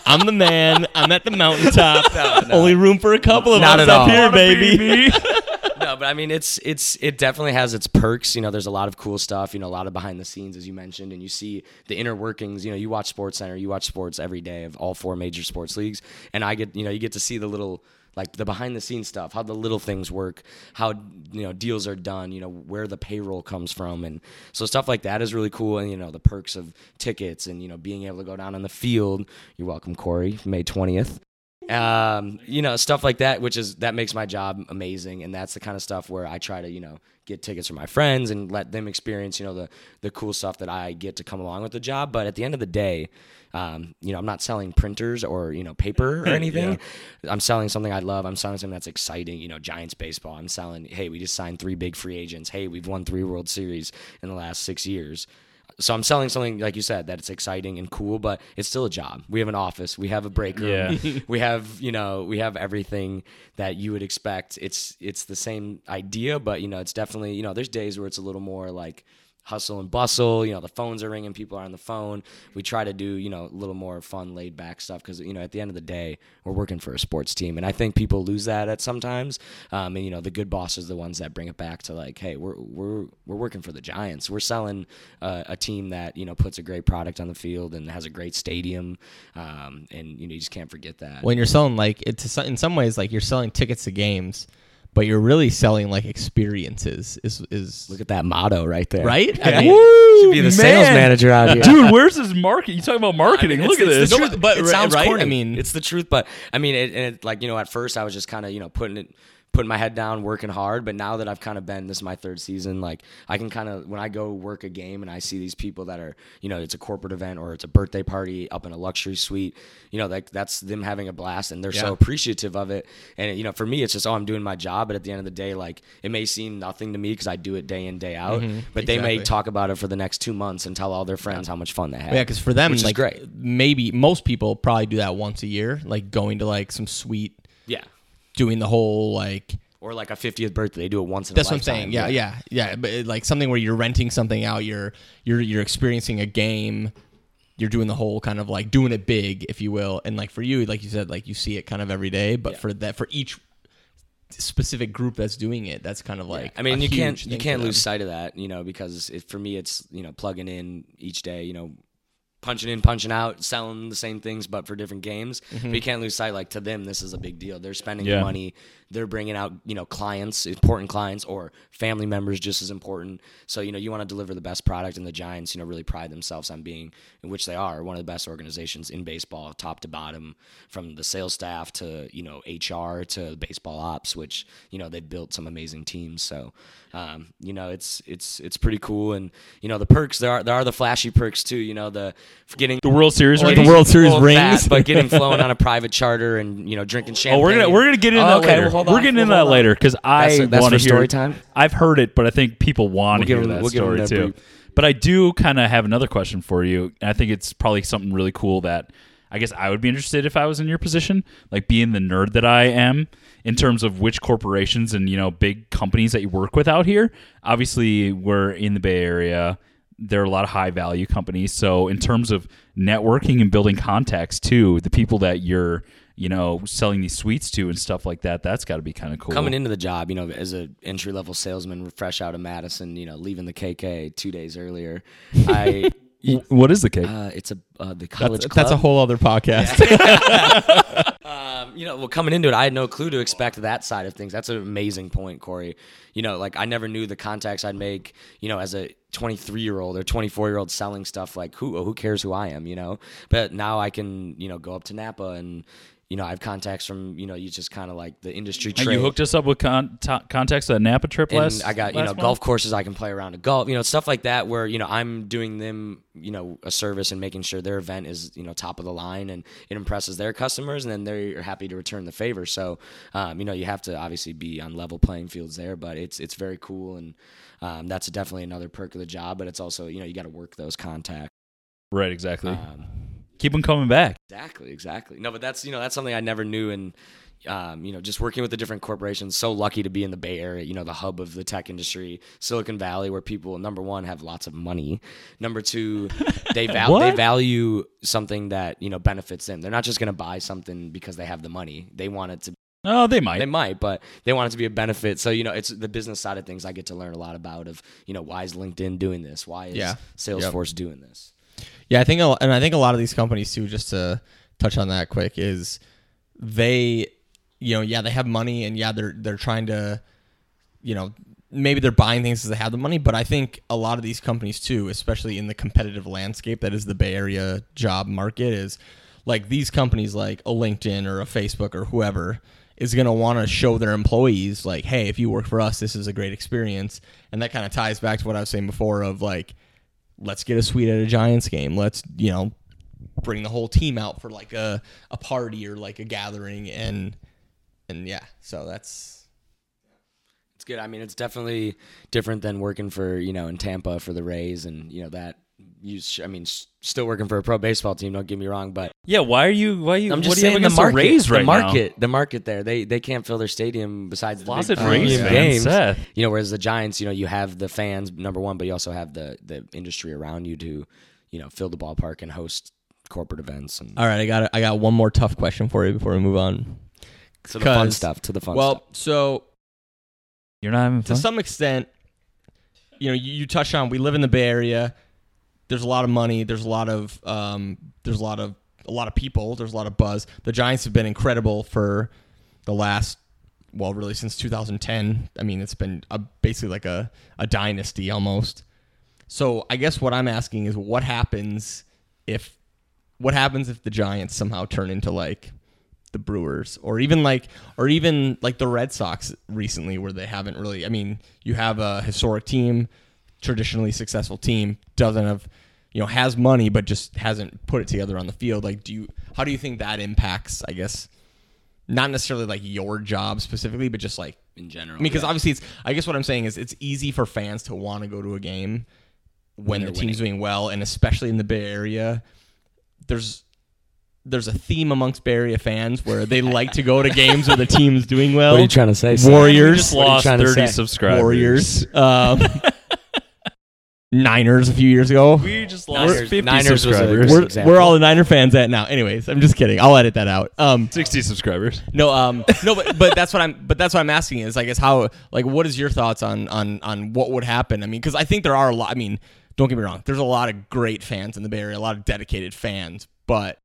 S4: I'm the man. I'm at the mountaintop. Only room for a couple of
S6: Not
S4: us
S6: at
S4: up
S6: all.
S4: here, baby.
S6: no, but I mean it's it's it definitely has its perks. You know, there's a lot of cool stuff. You know, a lot of behind the scenes as you mentioned, and you see the inner workings. You know, you watch Sports Center, you watch sports every day of all four major sports leagues, and I get you know you get to see the little like the behind the scenes stuff, how the little things work, how you know deals are done, you know where the payroll comes from, and so stuff like that is really cool. And you know the perks of tickets and you know being able to go down on the field. You're welcome, Corey. May twentieth um, you know, stuff like that, which is that makes my job amazing, and that's the kind of stuff where I try to, you know, get tickets for my friends and let them experience, you know, the the cool stuff that I get to come along with the job. But at the end of the day, um, you know, I'm not selling printers or you know paper or anything. I'm selling something I love. I'm selling something that's exciting. You know, Giants baseball. I'm selling. Hey, we just signed three big free agents. Hey, we've won three World Series in the last six years so I'm selling something like you said that it's exciting and cool, but it's still a job. We have an office, we have a break room, we have you know we have everything that you would expect. It's it's the same idea, but you know it's definitely you know there's days where it's a little more like hustle and bustle. You know, the phones are ringing, people are on the phone. We try to do, you know, a little more fun, laid back stuff because, you know, at the end of the day, we're working for a sports team. And I think people lose that at sometimes. Um, and, you know, the good bosses are the ones that bring it back to like, hey, we're, we're, we're working for the Giants. We're selling uh, a team that, you know, puts a great product on the field and has a great stadium. Um, and, you know, you just can't forget that.
S4: when you're selling like it's in some ways like you're selling tickets to games, but you're really selling like experiences. Is is
S6: Look at that motto right there.
S4: right? I mean,
S5: Woo,
S6: Should be the sales
S5: man.
S6: manager out here.
S5: Dude, where's this market? You talking about marketing?
S6: It's-
S5: Look at
S6: it's
S5: this.
S6: the
S4: No,
S6: truth,
S4: but
S6: it
S4: right-
S6: sounds
S4: right?
S6: corny.
S4: I mean-
S6: it's the truth. But I mean, it, and it, like you know, at first I was just kind of you know putting it, putting my head down, working hard. But now that I've kind of been this is my third season, like I can kind of when I go work a game and I see these people that are you know it's a corporate event or it's a birthday party up in a luxury suite, you know, like that's them having a blast and they're so appreciative of it. And you know, for me, it's just oh, I'm doing my job. But at the end of the day, like it may seem nothing to me because I do it day in day out. but they may
S4: Mm-hmm. exactly.
S6: talk about it for the next two months and tell all their friends how much fun they had.
S4: yeah, because for them,
S6: which is
S4: like
S6: great.
S4: maybe most people probably do that once a year, like going to like some suite,
S6: Yeah.
S4: doing the whole like.
S6: Or like a 50th birthday. They do it once in
S4: That's
S6: a
S4: what I'm saying.
S6: lifetime.
S4: Yeah, yeah, yeah. But it- like something where you're renting something out, you're you're you're experiencing a game, you're doing the whole kind of like doing it big, if you will. And like for you, like you said, like you see it kind of every day. But for that, for each specific group that's doing it, that's kind of like
S6: I mean,
S4: a
S6: you
S4: huge
S6: can't you
S4: thing for
S6: can't
S4: them.
S6: lose sight of that, you know, because it, for me, it's you know plugging in each day, you know, punching in, punching out, selling the same things but for different games.
S4: Mm-hmm.
S6: But you can't lose sight. Like to them, this is a big deal. They're spending
S5: Yeah.
S6: the money. They're bringing out you know clients, important clients, or family members, just as important. So you know you want to deliver the best product, and the Giants, you know, really pride themselves on being, in which they are, one of the best organizations in baseball, top to bottom, from the sales staff to you know HR to baseball ops, which you know they've built some amazing teams. So um, you know it's it's it's pretty cool, and you know the perks there are there are the flashy perks too. You know the getting
S5: The World Series
S6: Well,
S5: ring.
S6: getting-
S4: World Series
S6: well, that,
S4: rings.
S6: but getting flown on a private charter and you know drinking
S5: Oh,
S6: champagne.
S5: we're gonna we're gonna get into
S6: Oh,
S5: that
S6: okay,
S5: later.
S6: well, hold
S5: we're
S6: on.
S5: getting into
S6: Well,
S5: that
S6: hold on.
S5: later because I
S6: That's- that's
S5: want to
S6: for
S5: hear.
S6: story time?
S5: I've heard it, but I think people want
S6: We'll
S5: to
S6: give
S5: hear
S6: them-
S5: that
S6: we'll give them
S5: story
S6: that
S5: too.
S6: brief.
S5: But I do kind of have another question for you, and I think it's probably something really cool that I guess I would be interested if I was in your position, like being the nerd that I am in terms of which corporations and you know big companies that you work with out here. Obviously, we're in the Bay Area. There are a lot of high value companies. So in terms of networking and building contacts too, the people that you're you know selling these suites to and stuff like that, that's got to be kind of cool.
S6: coming into the job, you know, as an entry level salesman, fresh out of Madison, you know, leaving the KK two days earlier. I
S5: Y- What is the cake?
S6: uh, it's a uh, the college
S4: That's,
S6: club.
S4: that's a whole other podcast.
S6: um, you know, well, coming into it, I had no clue to expect that side of things. That's an amazing point, Corey. You know, like I never knew the contacts I'd make. You know, as a 23 year old or 24 year old selling stuff, like who who cares who I am, you know? But now I can, you know, go up to Napa and. You know, I have contacts from you know, you just kind of like the industry.
S5: And
S6: trade.
S5: you hooked us up with con- t- contacts that Napa trip
S6: and
S5: last.
S6: I got you know
S5: last month?
S6: golf courses I can play around a golf, you know stuff like that where you know I'm doing them you know a service and making sure their event is you know top of the line and it impresses their customers and then they're happy to return the favor. So um, you know you have to obviously be on level playing fields there, but it's it's very cool and um, that's definitely another perk of the job. But it's also you know you got to work those contacts.
S5: Right, exactly.
S6: Um,
S5: Keep them coming back.
S6: Exactly, exactly. No, but that's you know that's something I never knew, and um, you know just working with the different corporations. So lucky to be in the Bay Area, you know, the hub of the tech industry, Silicon Valley, where people number one have lots of money, number two they val- they
S5: What?
S6: value something that you know benefits them. They're not just going to buy something because they have the money. They want it to
S5: Oh, they might.
S6: they might, but they want it to be a benefit. So you know, it's the business side of things I get to learn a lot about. Of you know, why is LinkedIn doing this? Why is
S4: Yeah.
S6: Salesforce doing this?
S4: Yeah, I think, a lo- and I think a lot of these companies too. Just to touch on that quick, is they, you know, yeah, they have money, and yeah, they're they're trying to, you know, maybe they're buying things because they have the money. But I think a lot of these companies too, especially in the competitive landscape that is the Bay Area job market, is like these companies like a LinkedIn or a Facebook or whoever is going to want to show their employees like, hey, if you work for us, this is a great experience, and that kind of ties back to what I was saying before of like let's get a suite at a Giants game. Let's, you know, bring the whole team out for like a, a party or like a gathering and and yeah. So that's
S6: It's good. I mean, it's definitely different than working for you know in Tampa for the Rays and you know that you. Sh- I mean, s- still working for a pro baseball team. Don't get me wrong, but
S5: Yeah, why are you? Why are you?
S6: I'm
S5: what
S6: just
S5: do you
S6: saying
S5: have
S6: the
S5: against
S6: market,
S5: Rays right
S6: the
S5: now?
S6: market, the market there. They they can't fill their stadium besides the
S5: Closet Rays
S6: big premium
S5: fan,
S6: Uh, games.
S5: Seth.
S6: You know, whereas the Giants, you know, you have the fans number one, but you also have the the industry around you to, you know, fill the ballpark and host corporate events and
S4: All right, I got I got one more tough question for you before we move on.
S6: to the fun
S4: 'cause-
S6: stuff. To the fun
S4: well,
S6: stuff.
S4: so
S5: You're not having
S4: to
S5: fun.
S4: some extent, you know, you, you touched on we live in the Bay Area. There's a lot of money. There's a lot of um, there's a lot of a lot of people. There's a lot of buzz. The Giants have been incredible for the last well, really since 2010. I mean, it's been a, basically like a a dynasty almost. So I guess what I'm asking is what happens if what happens if the Giants somehow turn into like the Brewers or even like or even like the Red Sox recently where they haven't really I mean, you have a historic team, traditionally successful team, doesn't have you know, has money but just hasn't put it together on the field. Like do you how do you think that impacts, I guess not necessarily like your job specifically, but just like
S6: in general,
S4: I mean, because obviously, it's. I guess what I'm saying is, it's easy for fans to want to go to a game when, the team's doing well, and especially in the Bay Area, there's there's a theme amongst Bay Area fans where they like to go to games where the team's doing well.
S6: what are you trying to say? Sam?
S5: We
S4: Warriors
S5: just lost
S6: trying to
S5: 30
S6: say?
S5: subscribers.
S4: Warriors, um, Niners a few years ago.
S5: We just lost
S6: Niners-
S5: 50
S6: Niners was a-
S5: subscribers.
S6: we're-
S4: We're, we're all the Niner fans at now. Anyways, I'm just kidding. I'll edit that out. Um,
S5: 60 subscribers.
S4: No, um, no, but but that's what I'm. But that's what I'm asking is, I guess, how like what is your thoughts on on on what would happen? I mean, because I think there are a lot. I mean, don't get me wrong. There's a lot of great fans in the Bay Area, a lot of dedicated fans, but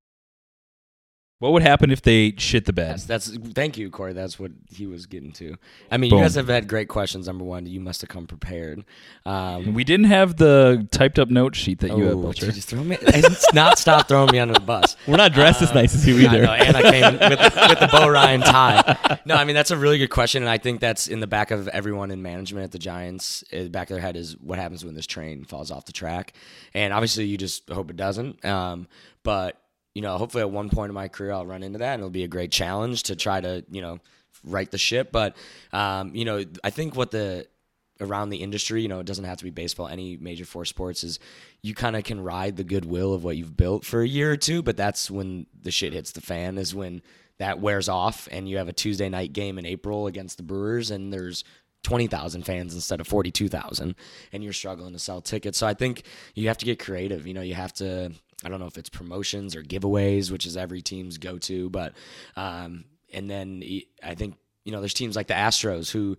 S5: What would happen if they shit the bed?
S6: Yes, that's thank you, Corey. That's what he was getting to. I mean,
S5: Boom.
S6: you guys have had great questions. Number one, you must have come prepared. Um,
S5: We didn't have the typed up note sheet that you had,
S6: oh,
S5: Belcher.
S6: did you throw me? It's not stop throwing me under the bus.
S4: we're not dressed as nice as you
S6: I
S4: either.
S6: know, and I came with, with the Bo Ryan tie. No, I mean that's a really good question, and I think that's in the back of everyone in management at the Giants. uh, back of their head is what happens when this train falls off the track, and obviously you just hope it doesn't. Um, but you know, hopefully at one point in my career I'll run into that, and it'll be a great challenge to try to you know right the ship. But um, you know, I think what the around the industry, you know, it doesn't have to be baseball, any major four sports is you kind of can ride the goodwill of what you've built for a year or two, but that's when the shit hits the fan is when that wears off and you have a Tuesday night game in April against the Brewers and there's 20,000 fans instead of 42,000 and you're struggling to sell tickets. So I think you have to get creative. You know, you have to I don't know if it's promotions or giveaways, which is every team's go-to, but um and then y- I think you know, there's teams like the Astros who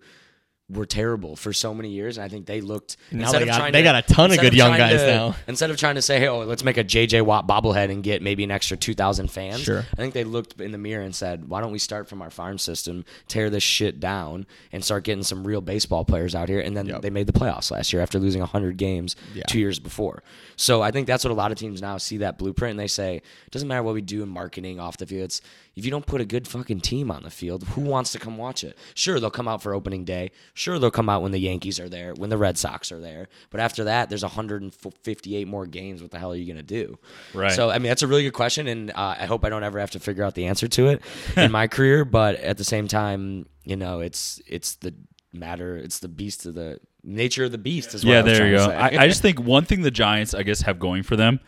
S6: were terrible for so many years, and I think they looked.
S4: Now
S6: instead
S4: they
S6: of
S4: got-
S6: trying
S4: they
S6: to-
S4: got a ton of
S6: instead
S4: good young
S6: trying
S4: guys
S6: to-
S4: now.
S6: Instead of trying to say, "Hey, oh, let's make a JJ Watt bobblehead and get maybe an extra two thousand fans,"
S4: Sure.
S6: I think they looked in the mirror and said, "Why don't we start from our farm system, tear this shit down, and start getting some real baseball players out here?" And then they made the playoffs last year after losing hundred games two years before. So I think that's what a lot of teams now see that blueprint, and they say, "It doesn't matter what we do in marketing off the field. It's, if you don't put a good fucking team on the field, who wants to come watch it? Sure, they'll come out for opening day. Sure, they'll come out when the Yankees are there, when the Red Sox are there. But after that, there's 158 more games. What the hell are you gonna do?"
S5: Right.
S6: So I mean, that's a really good question, and uh, I hope I don't ever have to figure out the answer to it in my career. But at the same time, you know, it's it's the matter, it's the beast of the nature of the beast. Is what
S5: yeah,
S6: I'm
S5: there you go.
S6: trying to say.
S5: I, I just think one thing the Giants, I guess, have going for them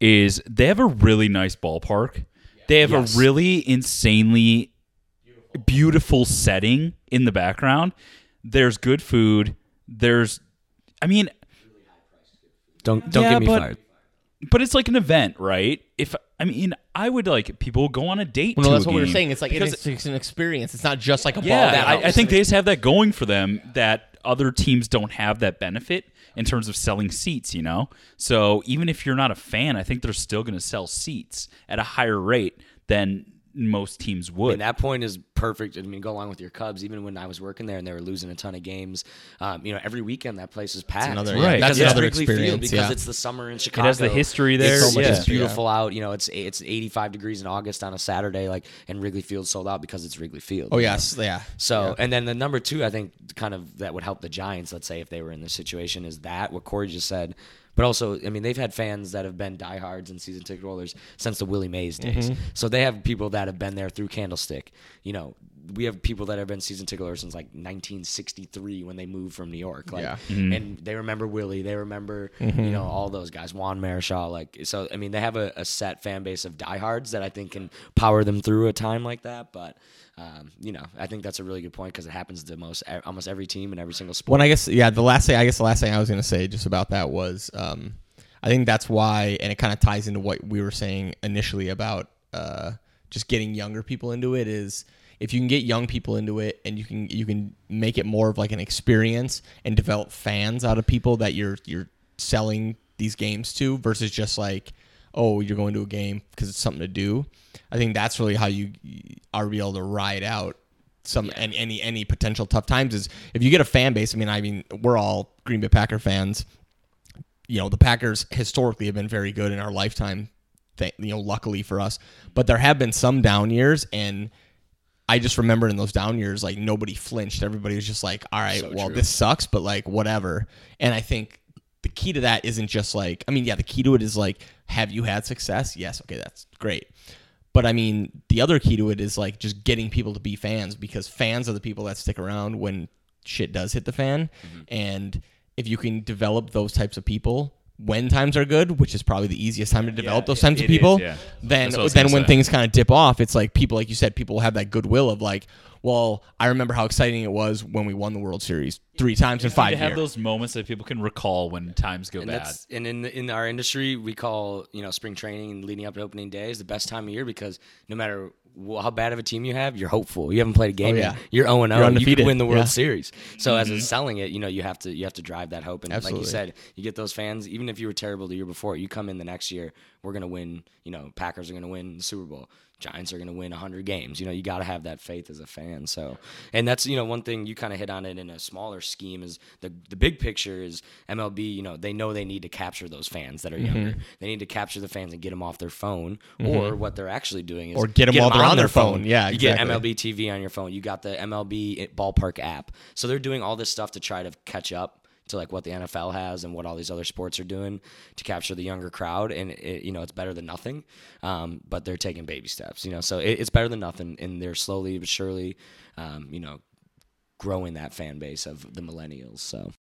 S5: is they have a really nice ballpark. They have
S6: Yes.
S5: a really insanely beautiful setting in the background. There's good food. There's, I mean,
S6: don't don't
S5: Yeah,
S6: get me
S5: but-
S6: fired.
S5: but it's like an event, right? If I mean, I would like people go on a date.
S4: well, no,
S5: to
S4: that's
S5: a
S4: what we were
S5: game.
S4: saying. It's like
S5: Because-
S4: it's, it's an experience. It's not just like a ball.
S5: yeah,
S4: down.
S5: I, I think they just have that going for them that other teams don't have that benefit in terms of selling seats, you know? So even if you're not a fan, I think they're still going to sell seats at a higher rate than most teams would.
S6: And that point is perfect. I mean, go along with your Cubs. Even when I was working there and they were losing a ton of games, um, you know, every weekend that place is packed.
S4: another-
S5: yeah, Right. that's
S6: Because it's
S5: another
S6: Wrigley Field,
S4: experience,
S6: because
S4: yeah.
S6: it's the summer in Chicago.
S5: has the history there,
S6: It's, so much-
S5: yeah.
S6: it's beautiful out. You know, it's it's 85 degrees in August on a Saturday, like, and Wrigley Field sold out because it's Wrigley Field.
S4: Oh yes, yeah.
S6: So, and then the number two, I think, kind of that would help the Giants, let's say, if they were in this situation, is that what Corey just said. But also, I mean, they've had fans that have been diehards and season ticket holders since the Willie Mays days. So they have people that have been there through Candlestick. You know, we have people that have been season ticklers since like 1963 when they moved from New York. Like,
S2: Yeah.
S6: and they remember Willie, they remember
S4: Mm-hmm.
S6: you know all those guys, Juan Marichal. Like, so I mean, they have a, a set fan base of diehards that I think can power them through a time like that. But um, you know, I think that's a really good point because it happens to most e, almost every team in every single sport.
S4: When I guess yeah, the last thing I guess the last thing I was gonna say just about that was um, I think that's why, and it kind of ties into what we were saying initially about uh, just getting younger people into it is if you can get young people into it and you can you can make it more of like an experience and develop fans out of people that you're you're selling these games to versus just like oh you're going to a game because it's something to do. I think that's really how you are be able to ride out some any, any any potential tough times is if you get a fan base. I mean, I mean, we're all Green Bay Packer fans. You know, the Packers historically have been very good in our lifetime. Th- you know, luckily for us, but there have been some down years, and I just remember in those down years, like nobody flinched. Everybody was just like, "All right, well, this sucks, but like whatever." And I think the key to that isn't just like, I mean, yeah, the key to it is like, have you had success? Yes, okay, that's great. But I mean, the other key to it is like just getting people to be fans because fans are the people that stick around when shit does hit the fan.
S5: Mm-hmm.
S4: And if you can develop those types of people when times are good, which is probably the easiest time to develop those types of
S5: it is,
S4: people,
S5: yeah.
S4: then
S5: That's what I was
S4: then
S5: gonna
S4: when
S5: say.
S4: things kind of dip off, it's like people, like you said, people have that goodwill of like, well, I remember how exciting it was when we won the World Series three times in five
S5: to have
S4: years.
S5: those moments that people can recall when times go
S6: and
S5: bad.
S6: that's and in in our industry we call you know spring training and leading up to opening day is the best time of year because no matter wh- how bad of a team you have, you're hopeful. You haven't played a game
S4: Oh,
S6: yet.
S4: yeah.
S6: You're 0
S4: You're
S6: 0. You could
S4: undefeated.
S6: win the World
S4: Yeah.
S6: Series. So as it's selling it, you know, you have to you have to drive that hope. And like
S4: Absolutely.
S6: you said, you get those fans. Even if you were terrible the year before, you come in the next year, we're gonna win. You know, Packers are gonna win the Super Bowl. Giants are gonna win 100 games. You know, you got to have that faith as a fan. So, and that's you know one thing you kind of hit on it in a smaller scheme is the the big picture is MLB. You know, they know they need to capture those fans that are younger. They need to capture the fans and get them off their phone, or what they're actually doing is
S4: Or get 'em while they're on their phone. Yeah,
S6: you
S4: exactly.
S6: get MLB MLB TV on your phone. You got the MLB ballpark app. So they're doing all this stuff to try to catch up to like what the NFL has and what all these other sports are doing to capture the younger crowd. And it, you know, it's better than nothing. Um, but they're taking baby steps. You know, so it, it's better than nothing. And they're slowly but surely, um, you know, growing that fan base of the millennials. So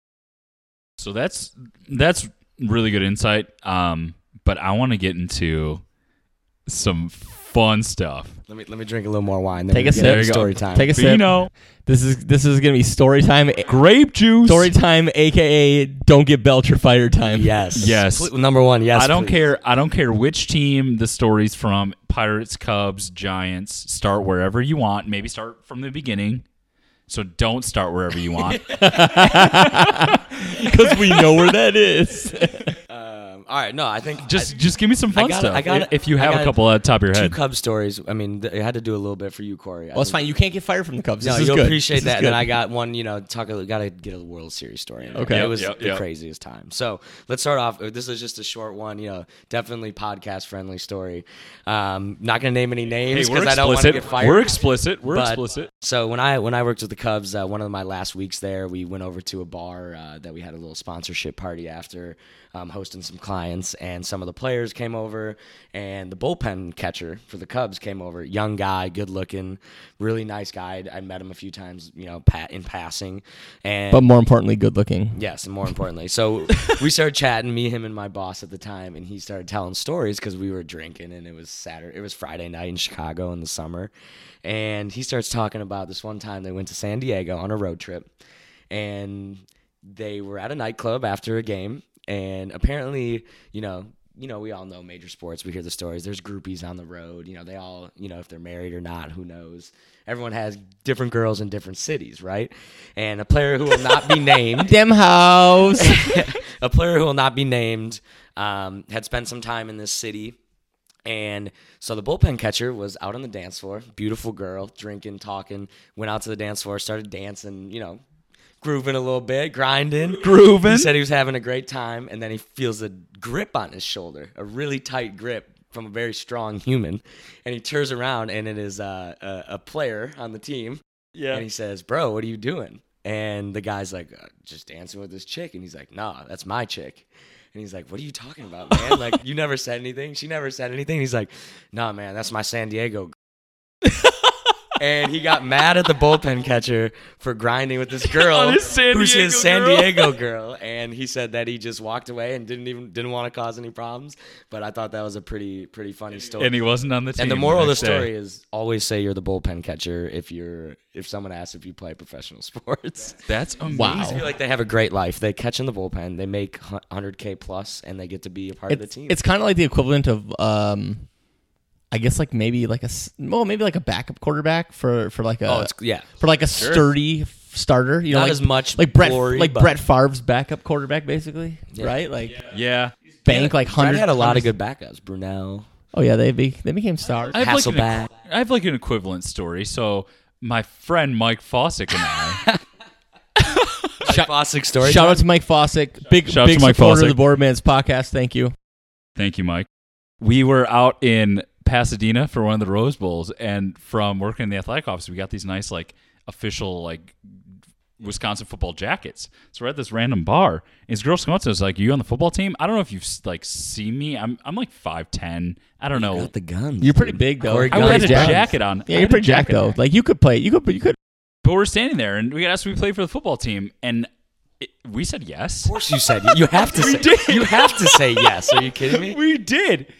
S5: So that's that's really good insight. Um, but I want to get into some fun stuff.
S6: let me let me drink a little more wine.
S4: Take a
S6: we can get
S4: sip.
S6: into
S5: There you go.
S6: Story time.
S4: Take a
S5: But you
S4: sip.
S5: know,
S4: This is this is gonna be story time.
S5: grape juice.
S4: Story time, aka don't get Belcher fired time.
S6: Yes.
S5: Yes.
S6: Pl- number one. Yes.
S5: I don't
S6: please.
S5: care. I don't care which team the story's from. Pirates, Cubs, Giants. Start wherever you want. Maybe start from the beginning. So don't start wherever you want.
S4: because we know where that is.
S6: Um, all right. No, I think
S5: just just give me some fun
S6: I got it,
S5: stuff.
S6: I got it,
S5: if you have
S6: I got
S5: a
S6: it.
S5: couple at the top of your
S6: two
S5: head.
S6: Cub stories. I mean, th- I had to do a little bit for you, Corey. I
S4: Well, it's
S6: think-
S4: fine. You can't get fired from the Cubs.
S6: No,
S4: this is
S6: you'll
S4: good.
S6: appreciate
S4: This is
S6: that. And then
S4: good.
S6: I got one, you know, talk. Got to get a World Series story. In there.
S4: Okay.
S6: it was
S5: Yep,
S6: the
S5: yep.
S6: craziest time. So let's start off. uh, This is just a short one, you know, definitely podcast friendly story. Um, not gonna name any
S5: Hey,
S6: names
S5: we're
S6: because I don't want to
S5: explicit.
S6: get fired.
S5: We're explicit. We're
S6: but-
S5: explicit.
S6: So when I when I worked with the Cubs, uh, one of my last weeks there, we went over to a bar uh, that we had a little sponsorship party after, um, hosting some clients, and some of the players came over, and the bullpen catcher for the Cubs came over. Young guy, good looking, really nice guy. I met him a few times, you know, pat in passing, and
S4: But more importantly, good looking.
S6: Yes, and more importantly, so we started chatting, me, him, and my boss at the time, and he started telling stories because we were drinking, and it was Saturday, it was Friday night in Chicago in the summer, and he starts talking about this one time they went to San Diego on a road trip, and they were at a nightclub after a game, and apparently, you know. You know, we all know major sports. We hear the stories. There's groupies on the road. You know, they all, you know, if they're married or not, who knows? Everyone has different girls in different cities, right? And a player who will not be named
S4: Dem house.
S6: a player who will not be named um, had spent some time in this city. And so the bullpen catcher was out on the dance floor, beautiful girl, drinking, talking, went out to the dance floor, started dancing, you know, grooving a little bit, grinding.
S5: Grooving.
S6: He said he was having a great time, and then he feels a grip on his shoulder, a really tight grip from a very strong human. And he turns around, and it is uh, a, a player on the team. Yeah. And he says, Bro, what are you doing? And the guy's like, "Uh, Just dancing with this chick. And he's like, Nah, that's my chick. And he's like, What are you talking about, man? like, you never said anything. She never said anything. He's like, Nah, man, that's my San Diego. and he got mad at the bullpen catcher for grinding with this girl
S5: On his San
S6: who's
S5: Diego
S6: his San
S5: girl.
S6: Diego girl. And he said that he just walked away and didn't even didn't want to cause any problems. But I thought that was a pretty pretty funny story.
S5: and he wasn't on the team.
S6: And the moral of the
S5: next day.
S6: story is always say you're the bullpen catcher if you're if someone asks if you play professional sports.
S5: that's amazing.
S6: I feel like they have a great life. They catch in the bullpen, they make 100k plus, and they get to be a part of the
S4: It's,
S6: team.
S4: it's kind of like the equivalent of, um, I guess, like maybe like a s- well, maybe like a backup quarterback for for like a
S6: oh, it's yeah.
S4: for like a sturdy f- starter. You know,
S6: Not
S4: like,
S6: as much
S4: like Brett
S6: glory,
S4: like
S6: but-
S4: Brett Favre's backup quarterback, basically, right? Like
S5: yeah.
S4: bank like
S6: Brad
S4: hundred.
S6: had a lot of good backups. Brunel,
S4: Oh yeah, they be, they became stars.
S5: I have, like an,
S6: Hasselback.
S5: equ- I have like an equivalent story. So my friend Mike Fossick and I.
S6: Mike Fossick story.
S4: Shout out to Mike Fossick, big
S5: Shout out
S4: big
S5: to Mike
S4: supporter
S5: Fossick.
S4: of the Boardman's podcast. Thank you.
S5: Thank you, Mike. We were out in Pasadena for one of the Rose Bowls, and from working in the athletic office, we got these nice, like, official, like, Wisconsin football jackets. So we're at this random bar, and this girl comes up to us, like, "You on the football team?" I don't know if you've like seen me. I'm I'm like five ten. I don't know.
S6: the guns.
S4: You're pretty big though.
S6: Corey
S5: I would
S6: Guns.
S5: had a
S4: Pretty jacked.
S5: jacket on. I
S4: Yeah, you're
S5: had a
S4: pretty jacked
S5: jacket
S4: though.
S5: on.
S4: Like you could play. You could. You could.
S5: But we're standing there, and we got asked if we played for the football team, and it, we said yes.
S6: Of course you said you have to. say, You have to say yes. Are you kidding me?
S5: we did.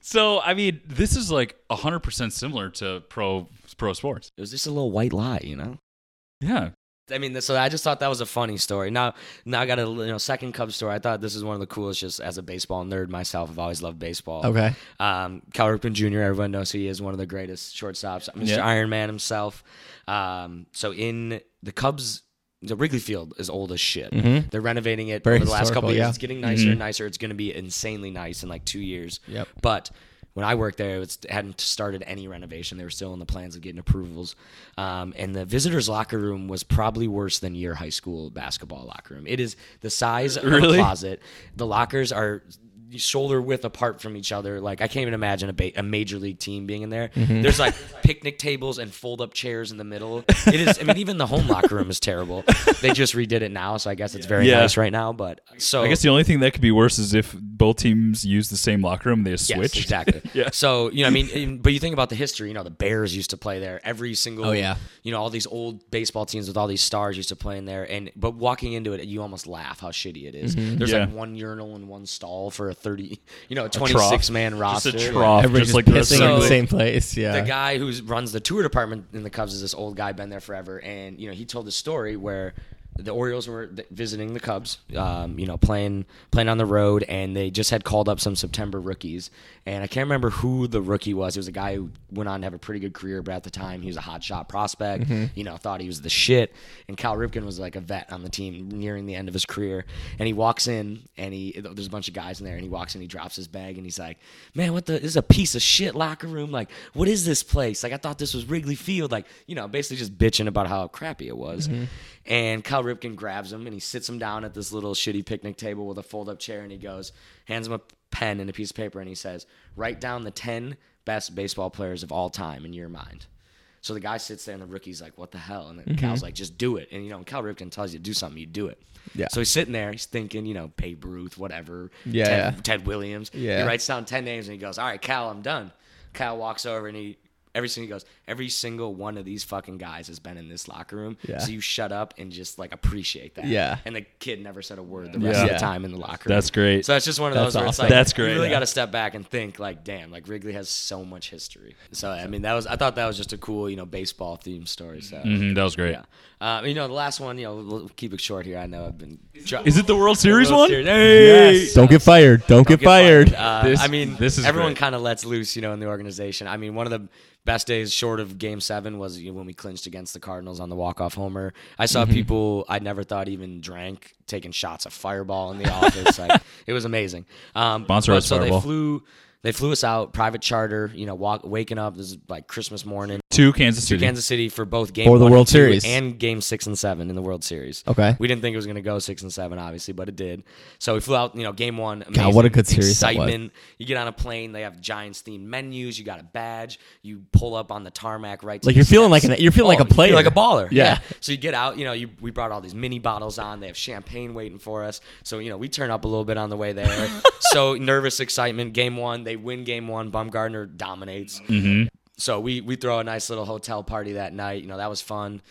S5: So I mean, this is like hundred percent similar to pro pro sports.
S6: It was just a little white lie, you know.
S5: Yeah,
S6: I mean, so I just thought that was a funny story. Now, now I got a you know second Cubs story. I thought this is one of the coolest. Just as a baseball nerd myself, I've always loved baseball.
S4: Okay.
S6: Um, Cal Ripken Jr. Everyone knows he is one of the greatest shortstops, Mr.
S5: Yeah.
S6: Iron Man himself. Um, so in the Cubs, the Wrigley Field is old as shit. They're renovating it
S4: Mm-hmm. Very
S6: over the last
S4: historical,
S6: couple of years.
S4: yeah. Mm-hmm.
S6: It's getting nicer and nicer. It's going to be insanely nice in like two years.
S4: Yep.
S6: But when I worked there, it was, hadn't started any renovation. They were still in the plans of getting approvals. Um, and the visitors' locker room was probably worse than your high school basketball locker room. It is the size of a
S5: Really?
S6: closet. The lockers are shoulder width apart from each other. Like I can't even imagine a, ba- a major league team being in there.
S5: Mm-hmm.
S6: There's like picnic tables and fold up chairs in the middle. It is. I mean, even the home locker room is terrible. They just redid it now, so I guess it's very
S5: Yeah.
S6: nice right now. But so
S5: I guess the only thing that could be worse is if both teams use the same locker room. They just
S6: Yes,
S5: switch.
S6: exactly.
S5: Yeah.
S6: So you know, I mean, in- but you think about the history. You know, the Bears used to play there. Every single.
S4: Oh, yeah.
S6: You know, all these old baseball teams with all these stars used to play in there, and but walking into it, you almost laugh how shitty it is.
S5: Mm-hmm.
S6: There's
S5: Yeah.
S6: like one urinal and one stall for a thirty, you know, a
S5: trough.
S6: twenty-six man roster.
S5: Just a trough,
S4: Everybody's
S5: just like
S4: just
S5: the rest
S4: pissing
S5: of
S4: in the
S5: the-
S4: same place. Yeah.
S6: The guy who runs the tour department in the Cubs is this old guy, been there forever, and you know he told the story where the Orioles were th- visiting the Cubs, um, you know, playing playing on the road, and they just had called up some September rookies, and I can't remember who the rookie was. It was a guy who went on to have a pretty good career, but at the time he was a hot shot prospect, you know, thought he was the shit, and Cal Ripken was like a vet on the team nearing the end of his career, and he walks in and he there's a bunch of guys in there, and he walks in, he drops his bag, and he's like, man, what the this is a piece of shit locker room, like what is this place? Like I thought this was Wrigley Field, like you know, basically just bitching about how crappy it was.
S4: Mm-hmm.
S6: And Cal Ripken grabs him and he sits him down at this little shitty picnic table with a fold up chair and he goes, hands him a pen and a piece of paper and he says, write down the ten best baseball players of all time in your mind. So the guy sits there and the rookie's like, what the hell?
S4: Mm-hmm.
S6: And then Cal's like, just do it. And you know, when Cal Ripken tells you to do something, you do it.
S4: Yeah.
S6: So he's sitting there, he's thinking, you know, Babe Ruth, whatever.
S4: Yeah,
S6: Ted,
S4: yeah.
S6: Ted Williams.
S4: Yeah.
S6: He writes down ten names and he goes, "All right, Cal, I'm done." Cal walks over and he every single he goes, every single one of these fucking guys has been in this locker room.
S4: Yeah.
S6: So you shut up and just like appreciate that.
S4: Yeah.
S6: And the kid never said a word the rest of
S5: Yeah.
S6: the time in the locker room.
S5: That's great.
S6: So that's just one of
S4: That's
S6: those where it's
S4: awesome.
S6: like
S5: That's great,
S6: You really
S5: yeah.
S6: got to step back and think like, damn, like Wrigley has so much history. So I mean, that was I thought that was just a cool you know baseball themed story. So.
S5: Mhm, that was great.
S6: Yeah. Uh, you know, the last one, you know, we'll keep it short here. I know I've been.
S5: Is it the World Series
S6: World
S5: one?
S6: Series.
S5: Hey.
S6: Yes.
S4: don't get fired. Don't, get, fired.
S6: Uh,
S5: This-
S6: I mean,
S5: this is
S6: everyone
S5: great.
S6: kind of lets loose, you know, in the organization. I mean, one of the best days short of Game Seven was you know, when we clinched against the Cardinals on the walk-off homer. I saw
S5: Mm-hmm.
S6: people I never thought even drank taking shots of Fireball in the office. like, it was amazing. Um,
S5: Sponsor
S6: but-
S5: us,
S6: so
S5: Fireball.
S6: they flew. They flew us out, private charter. You know, walk, waking up. This is like Christmas morning
S5: To Kansas
S6: to
S5: City.
S6: Kansas City for both game
S4: For the
S6: one and
S4: World
S6: two
S4: Series.
S6: and game six and seven in the World Series.
S4: Okay.
S6: we didn't think it was going to go six and seven, obviously, but it did. So we flew out. You know, game one. Amazing.
S4: what a good series that was.
S6: Excitement. You get on a plane. They have Giants themed menus. You got a badge. You pull up on the tarmac right. to
S4: Like,
S6: the
S4: you're feeling like
S6: steps.
S4: an- you're feeling like a
S6: you feel
S4: player.
S6: like a baller.
S4: Yeah.
S6: So you get out. You know, you we brought all these mini bottles on. They have champagne waiting for us. So you know, we turn up a little bit on the way there. so nervous excitement. Game one. They win game one. Bumgarner dominates so we we throw a nice little hotel party that night. You know, that was fun.